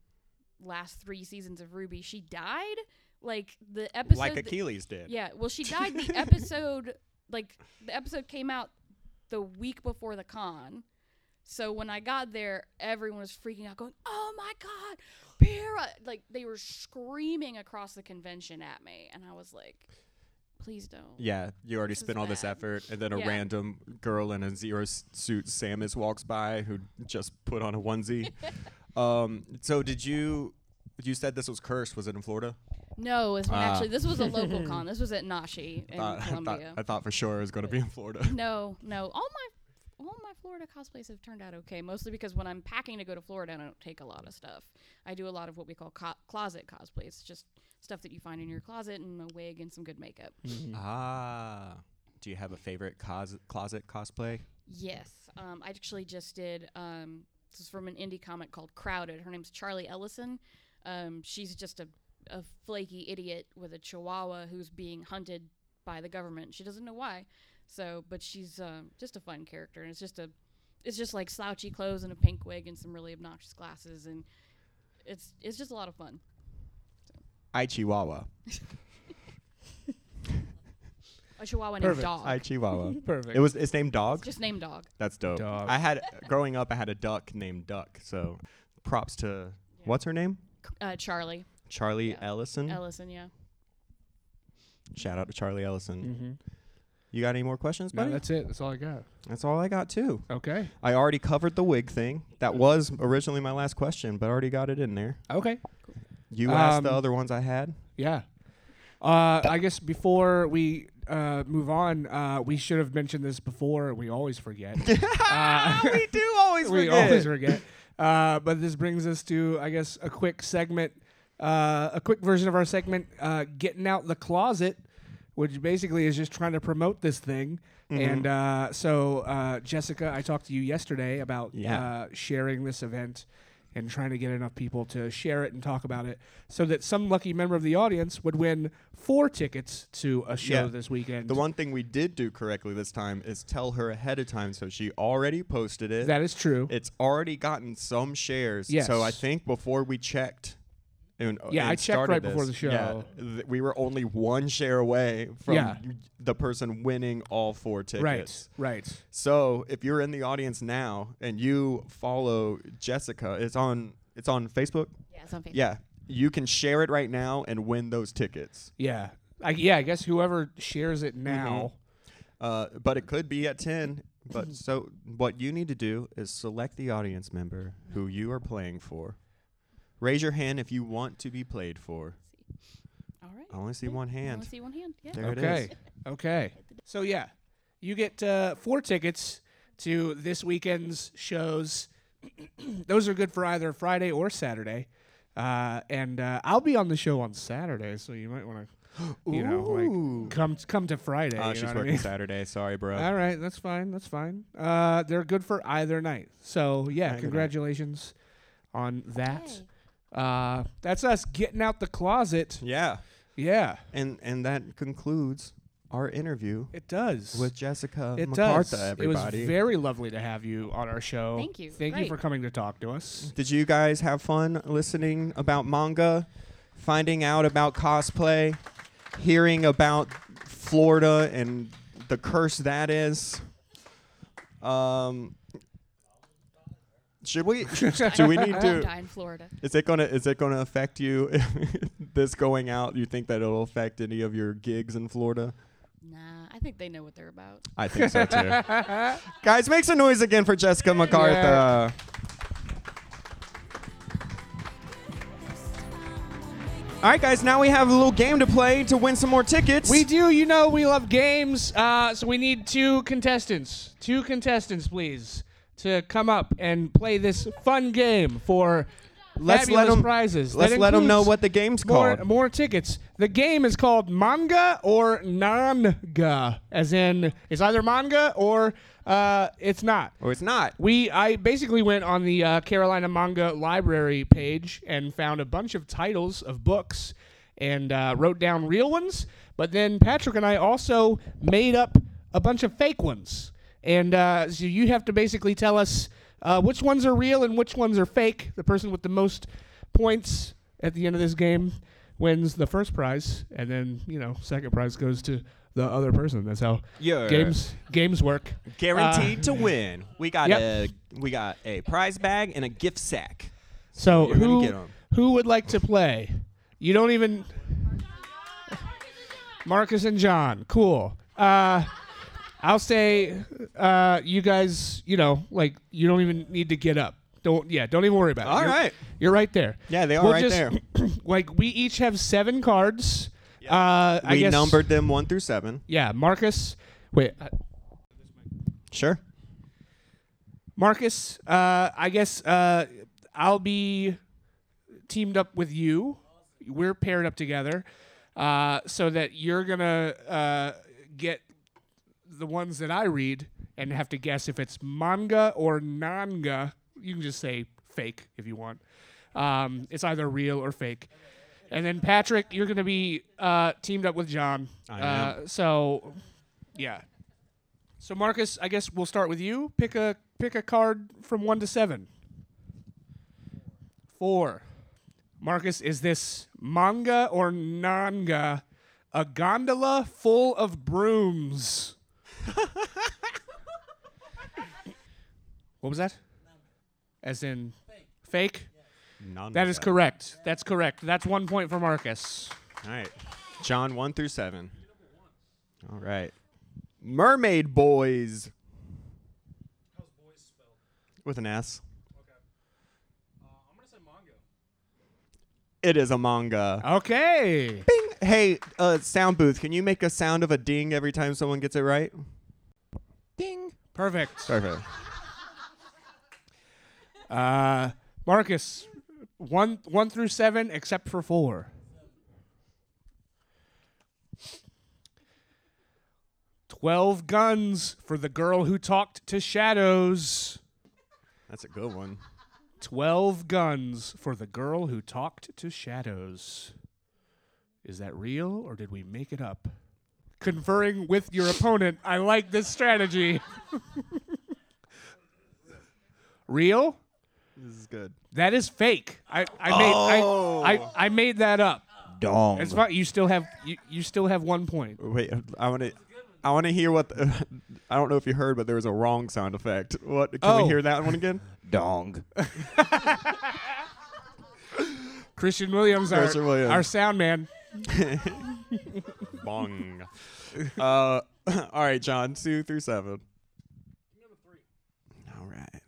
Speaker 4: last three seasons of Ruby, she died. Like the episode,
Speaker 2: Like
Speaker 4: that-
Speaker 2: Achilles did.
Speaker 4: yeah, well, she
Speaker 2: [laughs]
Speaker 4: died the episode, like, the episode came out the week before the con. So when I got there, everyone was freaking out, going, oh my God, Pyrrha. Like, they were screaming across the convention at me. And I was like, please don't.
Speaker 2: Yeah, you already
Speaker 4: is
Speaker 2: spent all this
Speaker 4: bad.
Speaker 2: effort, and then a
Speaker 4: Yeah.
Speaker 2: random girl in a zero s- suit Samus walks by who just put on a
Speaker 4: [laughs]
Speaker 2: onesie. um, so did you? You said this was cursed. Was it in Florida?
Speaker 4: No, this one
Speaker 2: Ah.
Speaker 4: actually, this was a
Speaker 2: [laughs]
Speaker 4: local con. This was at Nashi in
Speaker 2: Uh, I, thought,
Speaker 4: Columbia.
Speaker 2: I thought for sure it was going to be in Florida. [laughs]
Speaker 4: [laughs] No, no. All my all my Florida cosplays have turned out okay. Mostly because when I'm packing to go to Florida, I don't take a lot of stuff. I do a lot of what we call co- closet cosplays, just stuff that you find in your closet and a wig and some good makeup.
Speaker 2: ah, do you have a favorite cos- closet cosplay?
Speaker 4: Yes, um, I actually just did. Um, this is from an indie comic called Crowded. Her name's Charlie Ellison. Um, she's just a a flaky idiot with a chihuahua who's being hunted by the government. She doesn't know why. So, but she's um, just a fun character, and it's just a, it's just like slouchy clothes and a pink wig and some really obnoxious glasses, and it's it's just a lot of fun.
Speaker 2: I Chihuahua.
Speaker 4: A chihuahua named
Speaker 1: Perfect.
Speaker 4: Dog.
Speaker 2: I Chihuahua.
Speaker 4: [laughs]
Speaker 1: Perfect.
Speaker 2: it was. It's named
Speaker 4: It's
Speaker 2: Dog.
Speaker 4: just named Dog.
Speaker 2: That's dope.
Speaker 1: Dog.
Speaker 2: I had growing up. I had a duck named Duck. So, props to what's her name?
Speaker 4: Uh, Charlie
Speaker 2: Charlie
Speaker 4: Yeah.
Speaker 2: Ellison.
Speaker 4: Ellison. Yeah.
Speaker 2: Shout out to Charlie Ellison.
Speaker 1: Mhm.
Speaker 2: You got any more questions,
Speaker 1: No,
Speaker 2: buddy?
Speaker 1: that's it. That's all I got.
Speaker 2: That's all I got too.
Speaker 1: Okay.
Speaker 2: I already covered the wig thing. That was originally my last question, but I already got it in there.
Speaker 1: Okay.
Speaker 2: You asked the
Speaker 1: Um,
Speaker 2: other ones I had.
Speaker 1: Yeah. Uh, I guess before we uh, move on, uh, we should have mentioned this before. We always
Speaker 2: [laughs]
Speaker 1: forget. uh,
Speaker 2: we do
Speaker 1: [laughs]
Speaker 2: always
Speaker 1: we always forget. Uh, but this brings us to, I guess, a quick segment, uh, a quick version of our segment, uh, getting out the closet, which basically is just trying to promote this thing.
Speaker 2: Mm-hmm.
Speaker 1: And uh, so, uh, Jessica, I talked to you yesterday about
Speaker 2: Yeah.
Speaker 1: uh, sharing this event and trying to get enough people to share it and talk about it so that some lucky member of the audience would win four tickets to a show
Speaker 2: Yeah.
Speaker 1: this weekend.
Speaker 2: The one thing we did do correctly this time is tell her ahead of time, so she already posted it.
Speaker 1: that is true.
Speaker 2: it's already gotten some shares.
Speaker 1: Yes.
Speaker 2: So I think before we checked And, uh,
Speaker 1: Yeah,
Speaker 2: and
Speaker 1: I checked
Speaker 2: started
Speaker 1: right before
Speaker 2: this.
Speaker 1: the
Speaker 2: Yeah,
Speaker 1: show.
Speaker 2: th- we were only one share away from
Speaker 1: Yeah.
Speaker 2: the person winning all four tickets.
Speaker 1: Right. Right.
Speaker 2: So if you're in the audience now and you follow Jessica, it's on it's on Facebook.
Speaker 4: Yeah, it's on Facebook.
Speaker 2: Yeah, you can share it right now and win those tickets.
Speaker 1: Yeah. I, yeah. I guess whoever shares
Speaker 2: Mm-hmm.
Speaker 1: it now.
Speaker 2: Uh, but it could be at ten.
Speaker 1: [laughs]
Speaker 2: But so what you need to do is select the audience member who you are playing for. Raise your hand if you want to be played for.
Speaker 4: All right.
Speaker 2: I only see one
Speaker 4: I want
Speaker 2: hand.
Speaker 4: to see one hand. Yeah.
Speaker 2: There it
Speaker 1: Okay.
Speaker 2: is.
Speaker 1: Okay. So yeah, you get uh, four tickets to this weekend's shows. [clears throat] Those are good for either Friday or Saturday. Uh, and uh, I'll be on the show on Saturday, so you might want to, [gasps] you know, like come come to Friday.
Speaker 2: Oh,
Speaker 1: you know
Speaker 2: she's
Speaker 1: what I
Speaker 2: working
Speaker 1: mean?
Speaker 2: Saturday. Sorry, bro.
Speaker 1: [laughs] All right, that's fine. That's fine. Uh, they're good for either night. So yeah, congratulations on that. Uh, that's us getting out the closet.
Speaker 2: Yeah.
Speaker 1: Yeah,
Speaker 2: And and that concludes our interview
Speaker 1: it does.
Speaker 2: with Jessica
Speaker 1: It
Speaker 2: MacArthur,
Speaker 1: does.
Speaker 2: everybody.
Speaker 1: It was very lovely to have you on our show.
Speaker 4: Thank you.
Speaker 1: Thank you
Speaker 4: Great.
Speaker 1: for coming to talk to us.
Speaker 2: Did you guys have fun listening about manga, finding out about cosplay, hearing about Florida and the curse that is? Um, should we? [laughs] do we need
Speaker 4: Don't
Speaker 2: to?
Speaker 4: die in Florida.
Speaker 2: Is it gonna? Is it gonna affect you? [laughs] this going out? You think that it'll affect any of your gigs in Florida?
Speaker 4: Nah, I think they know what they're about.
Speaker 2: I think so too.
Speaker 1: [laughs]
Speaker 2: Guys, make some noise again for Jessica MacArthur. All right, guys, now we have a little game to play to win some more tickets.
Speaker 1: We do, you know, we love games. Uh, so we need two contestants. Two contestants, please, to come up and play this fun game for
Speaker 2: Let's let
Speaker 1: fabulous
Speaker 2: 'em-
Speaker 1: prizes.
Speaker 2: let's
Speaker 1: That
Speaker 2: let 'em know
Speaker 1: includes
Speaker 2: what the game's
Speaker 1: more,
Speaker 2: called.
Speaker 1: More tickets. The game is called manga or nanga, as in it's either manga or uh, it's not.
Speaker 2: Or Oh, it's not.
Speaker 1: We I basically went on the uh, Carolina Manga Library page and found a bunch of titles of books and uh, wrote down real ones. But then Patrick and I also made up a bunch of fake ones, and uh, so you have to basically tell us uh, which ones are real and which ones are fake. The person with the most points at the end of this game wins the first prize, and then you know second prize goes to the other person. That's how
Speaker 2: Yeah.
Speaker 1: games games work. Uh,
Speaker 2: Guaranteed to win. We got
Speaker 1: yep.
Speaker 2: a we got a prize bag and a gift sack.
Speaker 1: So
Speaker 2: You're gonna
Speaker 1: who
Speaker 2: get 'em.
Speaker 1: who would like to play? You don't even Marcus and John. Cool. Uh, I'll say uh, you guys. You know, like you don't even need to get up. Don't yeah. Don't even worry about it.
Speaker 2: All
Speaker 1: All
Speaker 2: right.
Speaker 1: you're right there.
Speaker 2: Yeah, they are
Speaker 1: We'll
Speaker 2: right
Speaker 1: just-
Speaker 2: there.
Speaker 1: [clears throat] like we each have seven cards. Uh, I
Speaker 2: we
Speaker 1: guess,
Speaker 2: numbered them one through seven.
Speaker 1: Yeah, Marcus. Wait, uh,
Speaker 2: Sure.
Speaker 1: Marcus. Uh, I guess uh, I'll be teamed up with you. We're paired up together, uh, so that you're gonna uh, get the ones that I read and have to guess if it's manga or nanga. You can just say fake if you want. Um, it's either real or fake. And then Patrick, you're gonna be uh, teamed up with John.
Speaker 2: I
Speaker 1: Uh, so, yeah. So Marcus, I guess we'll start with you. Pick a pick a card from one to seven. Four. Marcus, is this manga or nanga? A gondola full of brooms. what was that? As in fake. That is correct. That's correct. That's one point for Marcus.
Speaker 2: All right. John 1 through 7. All right. Mermaid Boys. How's boys spelled? With an S. Okay. Uh, I'm going to say manga. It is a manga.
Speaker 1: Okay.
Speaker 2: Bing! Hey, uh, sound booth, can you make a sound of a ding every time someone gets it right? Ding.
Speaker 1: Perfect.
Speaker 2: Perfect.
Speaker 1: Uh, Marcus, one one through seven, except for four. Twelve guns for the girl who talked to shadows.
Speaker 2: That's a good one.
Speaker 1: Twelve guns for the girl who talked to shadows. Is that real or did we make it up? Conferring with your opponent. I like this strategy. [laughs] real?
Speaker 2: This is good.
Speaker 1: That is fake. I, I made I,
Speaker 2: Oh.
Speaker 1: I, I made that up.
Speaker 3: Dong.
Speaker 1: It's fine. You still have you, you still have one point.
Speaker 2: Wait, I want to. I want to hear what. The, [laughs] I don't know if you heard, but there was a wrong sound effect. What? Can
Speaker 1: Oh.
Speaker 2: we hear that one again?
Speaker 3: Dong.
Speaker 1: Christian Williams, our,
Speaker 2: Christian Williams.
Speaker 1: our sound man.
Speaker 2: Bong. [laughs] uh, [clears throat] all right, John. Two through seven. All right.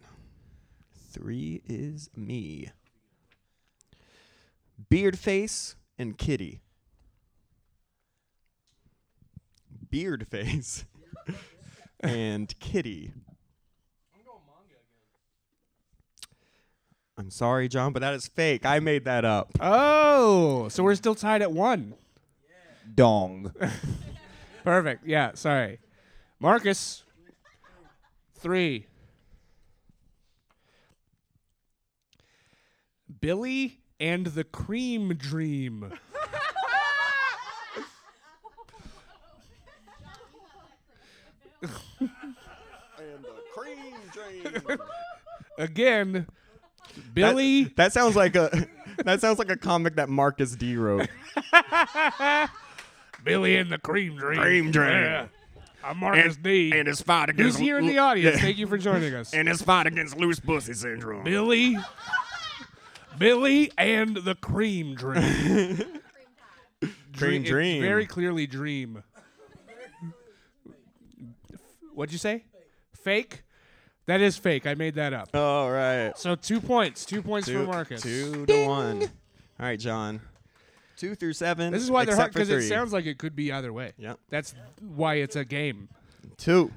Speaker 2: Three is me. Beard face and kitty. Beard face [laughs] and kitty. I'm sorry, John, but that is fake. I made that up.
Speaker 1: Oh, so we're still tied at one.
Speaker 3: Dong.
Speaker 1: [laughs] Perfect. Yeah. Sorry, Marcus. Three. Billy and the Cream Dream.
Speaker 2: Cream dream.
Speaker 1: Again, Billy.
Speaker 2: That, that sounds like a [laughs] that sounds like a comic that Marcus D wrote.
Speaker 1: Billy and the Cream Dream.
Speaker 2: Cream Dream.
Speaker 1: Yeah. I'm Marcus D.
Speaker 2: his fight
Speaker 1: Who's here
Speaker 2: [laughs]
Speaker 1: in the audience? Thank you for joining us.
Speaker 2: his fight against loose pussy syndrome.
Speaker 1: Billy. Billy and the Cream Dream.
Speaker 2: [laughs] Cream
Speaker 1: It's
Speaker 2: dream.
Speaker 1: very clearly dream. What'd you say? Fake? That is fake. I made that up.
Speaker 2: All right.
Speaker 1: So two points. Two points
Speaker 2: Two,
Speaker 1: for Marcus.
Speaker 2: two to one. All right, John. Two through seven.
Speaker 1: This is why they're hard
Speaker 2: except
Speaker 1: because
Speaker 2: for
Speaker 1: it
Speaker 2: three.
Speaker 1: sounds like it could be either way.
Speaker 2: Yep.
Speaker 1: That's why it's a game.
Speaker 2: two.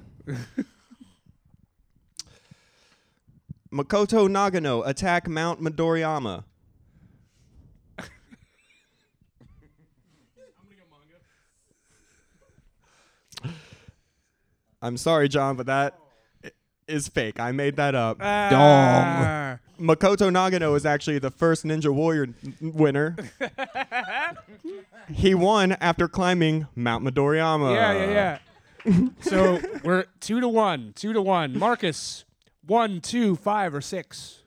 Speaker 2: Makoto Nagano attack Mount Midoriyama. I'm sorry, John, but that i- is fake. I made that up.
Speaker 1: Ah.
Speaker 2: Makoto Nagano is actually the first Ninja Warrior n-
Speaker 1: [laughs]
Speaker 2: winner. he won after climbing Mount Midoriyama.
Speaker 1: Yeah, yeah, yeah.
Speaker 2: Uh. [laughs]
Speaker 1: so we're two to one, two to one. Marcus, one, two, five, or six.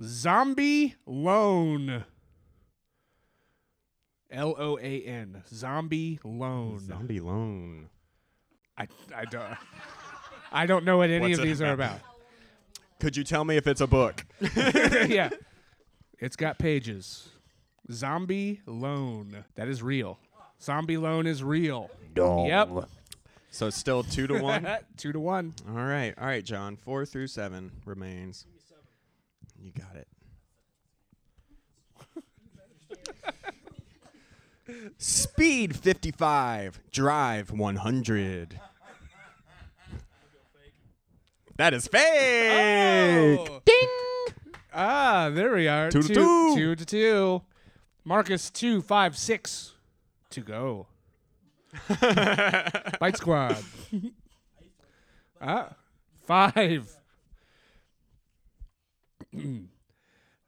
Speaker 1: Zombie loan. L O A N. Zombie loan.
Speaker 2: Zombie Loan.
Speaker 1: I, I don't. I don't know what any
Speaker 2: What's
Speaker 1: of
Speaker 2: it
Speaker 1: these are about.
Speaker 2: about? Could you tell me if it's
Speaker 1: [laughs]
Speaker 2: a book?
Speaker 1: yeah, it's got pages. Zombie loan. That is real. Zombie loan is real.
Speaker 3: Dong.
Speaker 1: Yep.
Speaker 2: So it's still two to
Speaker 1: [laughs]
Speaker 2: one. all
Speaker 1: two to one.
Speaker 2: right, all right, John. Four through seven remains. You got it. Speed 55, drive 100. That is fake.
Speaker 1: Ding. Ah, there we are.
Speaker 2: Two to two.
Speaker 1: Two to two. Marcus two five six to
Speaker 2: [laughs]
Speaker 1: go. Bite squad. ah, five. [clears throat]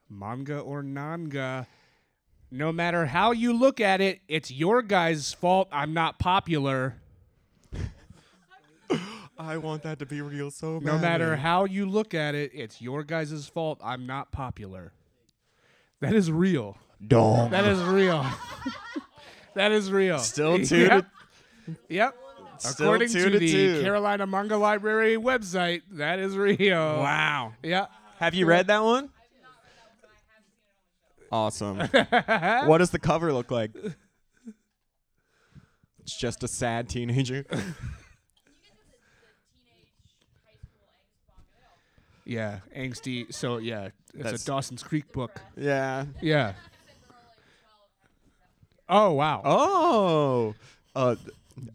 Speaker 1: Manga or nanga. No matter how you look at it, it's your guy's fault I'm not popular.
Speaker 2: I want that to be real so
Speaker 1: No matter how you look at it, it's your guys' fault I'm not popular. That is real. [laughs]
Speaker 3: Dong.
Speaker 1: That is real. that is real.
Speaker 2: Still two to-
Speaker 1: Yep. Yep.
Speaker 2: Still
Speaker 1: According
Speaker 2: two
Speaker 1: to,
Speaker 2: to
Speaker 1: the
Speaker 2: two.
Speaker 1: Carolina Manga Library website, that is real.
Speaker 2: Wow.
Speaker 1: Yeah.
Speaker 2: Have you read that one? [laughs] Awesome. what does the cover look like? It's just a sad [laughs] teenager.
Speaker 1: Yeah. Angsty. So yeah, it's
Speaker 2: That's-
Speaker 1: a Dawson's Creek book.
Speaker 2: yeah.
Speaker 1: Yeah. Oh wow.
Speaker 2: Oh. Uh,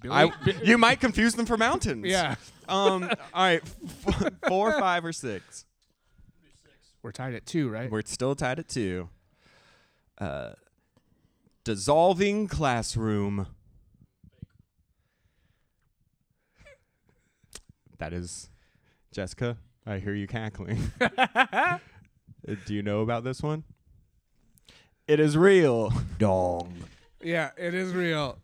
Speaker 2: I, you might confuse them for
Speaker 1: [laughs]
Speaker 2: mountains.
Speaker 1: Yeah.
Speaker 2: Um. All right. F- four, five, or six.
Speaker 1: We're tied at two, right?
Speaker 2: [laughs] We're still tied at two. Uh, dissolving classroom. That is Jessica. I hear you [laughs] cackling. Uh, Do you know about this one? It is real.
Speaker 3: Dong.
Speaker 1: yeah, it is real.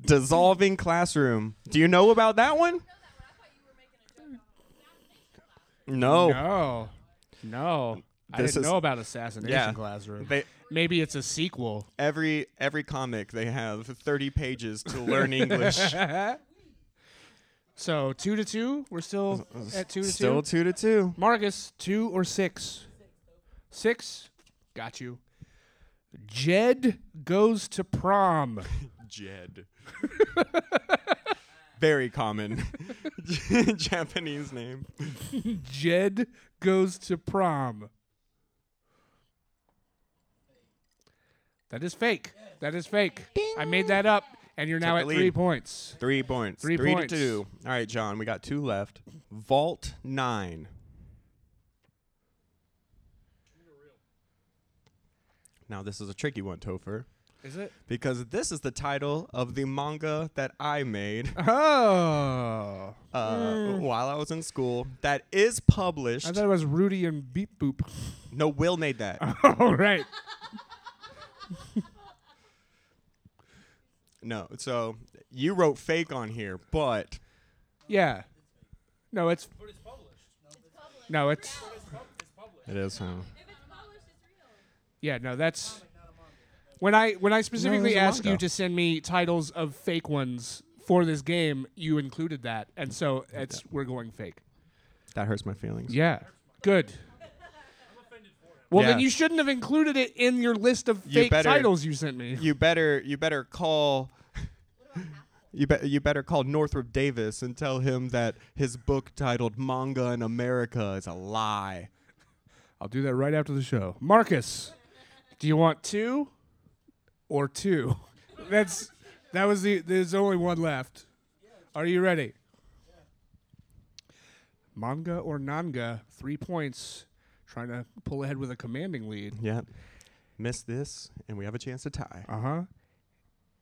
Speaker 2: Dissolving classroom. Do you know about that one? No.
Speaker 1: No. No. I
Speaker 2: Oh. This
Speaker 1: didn't
Speaker 2: is-
Speaker 1: know about Assassination
Speaker 2: Yeah.
Speaker 1: Classroom.
Speaker 2: They,
Speaker 1: Maybe it's a sequel.
Speaker 2: every every comic they have 30 pages
Speaker 1: [laughs]
Speaker 2: to learn English.
Speaker 1: So two to two. We're still at two to
Speaker 2: Still
Speaker 1: two.
Speaker 2: two to two.
Speaker 1: Marcus, two or six? Six. Got you. Jed goes to prom.
Speaker 2: Jed. Very common [laughs] Japanese name.
Speaker 1: Jed goes to prom. That is fake. That is fake. I made that up, and you're now
Speaker 2: Take
Speaker 1: at
Speaker 2: the
Speaker 1: three
Speaker 2: lead.
Speaker 1: points.
Speaker 2: Three points.
Speaker 1: Three points.
Speaker 2: to two. All right, John, we got two left. Vault nine. Now this is a tricky one, Topher,
Speaker 1: Is it?
Speaker 2: because this is the title of the manga that I made
Speaker 1: Oh.
Speaker 2: uh,
Speaker 1: [laughs]
Speaker 2: while I was in school. That is published.
Speaker 1: I thought it was Rudy and Beep Boop. [laughs]
Speaker 2: no, Will made [laughs] that.
Speaker 1: All right.
Speaker 2: no, so you wrote fake on here, but
Speaker 1: Yeah. No, it's. But it's published. No, it's.
Speaker 2: it is. Huh?
Speaker 1: Yeah, no, that's. When I when I specifically
Speaker 2: a
Speaker 1: asked you
Speaker 2: manga.
Speaker 1: to send me titles of fake ones for this game, you included that, and so it's we're going fake.
Speaker 2: That hurts my feelings.
Speaker 1: Yeah. Good. Well, then
Speaker 2: Yeah.
Speaker 1: you shouldn't have included it in your list of
Speaker 2: You
Speaker 1: fake
Speaker 2: better-
Speaker 1: titles you sent me.
Speaker 2: you better you better call you, be, you better call Northrop Davis and tell him that his book titled Manga in America is a lie.
Speaker 1: I'll do that right after the show. Marcus, do you want two or two? [laughs] That's that was the there's only one left. Are you ready? Manga or Nanga, three points. Trying to pull ahead with a commanding lead.
Speaker 2: Yep. Miss this and we have a chance to tie.
Speaker 1: Uh huh.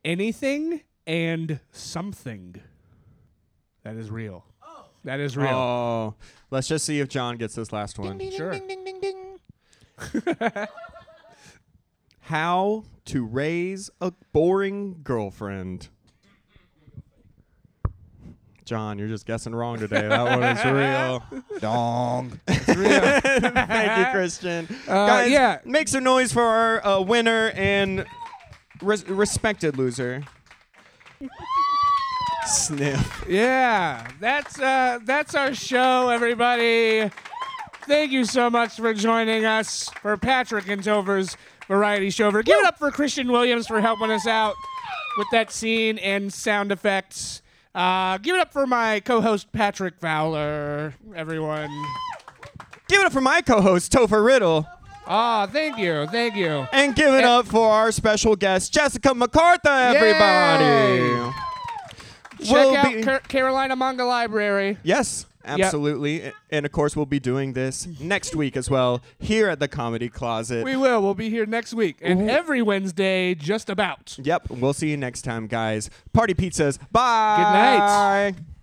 Speaker 1: Anything and something. That is real. That is real.
Speaker 2: Oh, let's just see if John gets this last one.
Speaker 1: sure.
Speaker 2: [laughs] How to raise a boring girlfriend. John, you're just guessing wrong today. That
Speaker 1: [laughs]
Speaker 2: one is real.
Speaker 6: Dong.
Speaker 2: Thank you, Christian. Guys,
Speaker 1: Uh, yeah.
Speaker 2: make some noise for our uh, winner and res- respected
Speaker 1: [laughs]
Speaker 2: loser. Sniff.
Speaker 1: Yeah, that's uh, that's our show, everybody. Thank you so much for joining us for Patrick and Tover's variety show. For give it up for Christian Williams for helping us out with that scene and sound effects. Uh, give it up for my co-host Patrick Fowler, everyone.
Speaker 2: Give it up for my co-host Topher Riddle,
Speaker 1: Ah, thank you, thank you.
Speaker 2: and give
Speaker 1: Eh.
Speaker 2: it up for our special guest Jessica MacArthur. Everybody.
Speaker 1: Check
Speaker 2: We'll
Speaker 1: out
Speaker 2: be-
Speaker 1: Car- Carolina Manga Library.
Speaker 2: Yes, absolutely. A- And of course, we'll be doing this next week as well here at the Comedy Closet.
Speaker 1: We will. We'll be here next week and every Wednesday, just about.
Speaker 2: yep, we'll see you next time, guys. Party pizzas.
Speaker 1: night.
Speaker 2: Bye. Good night.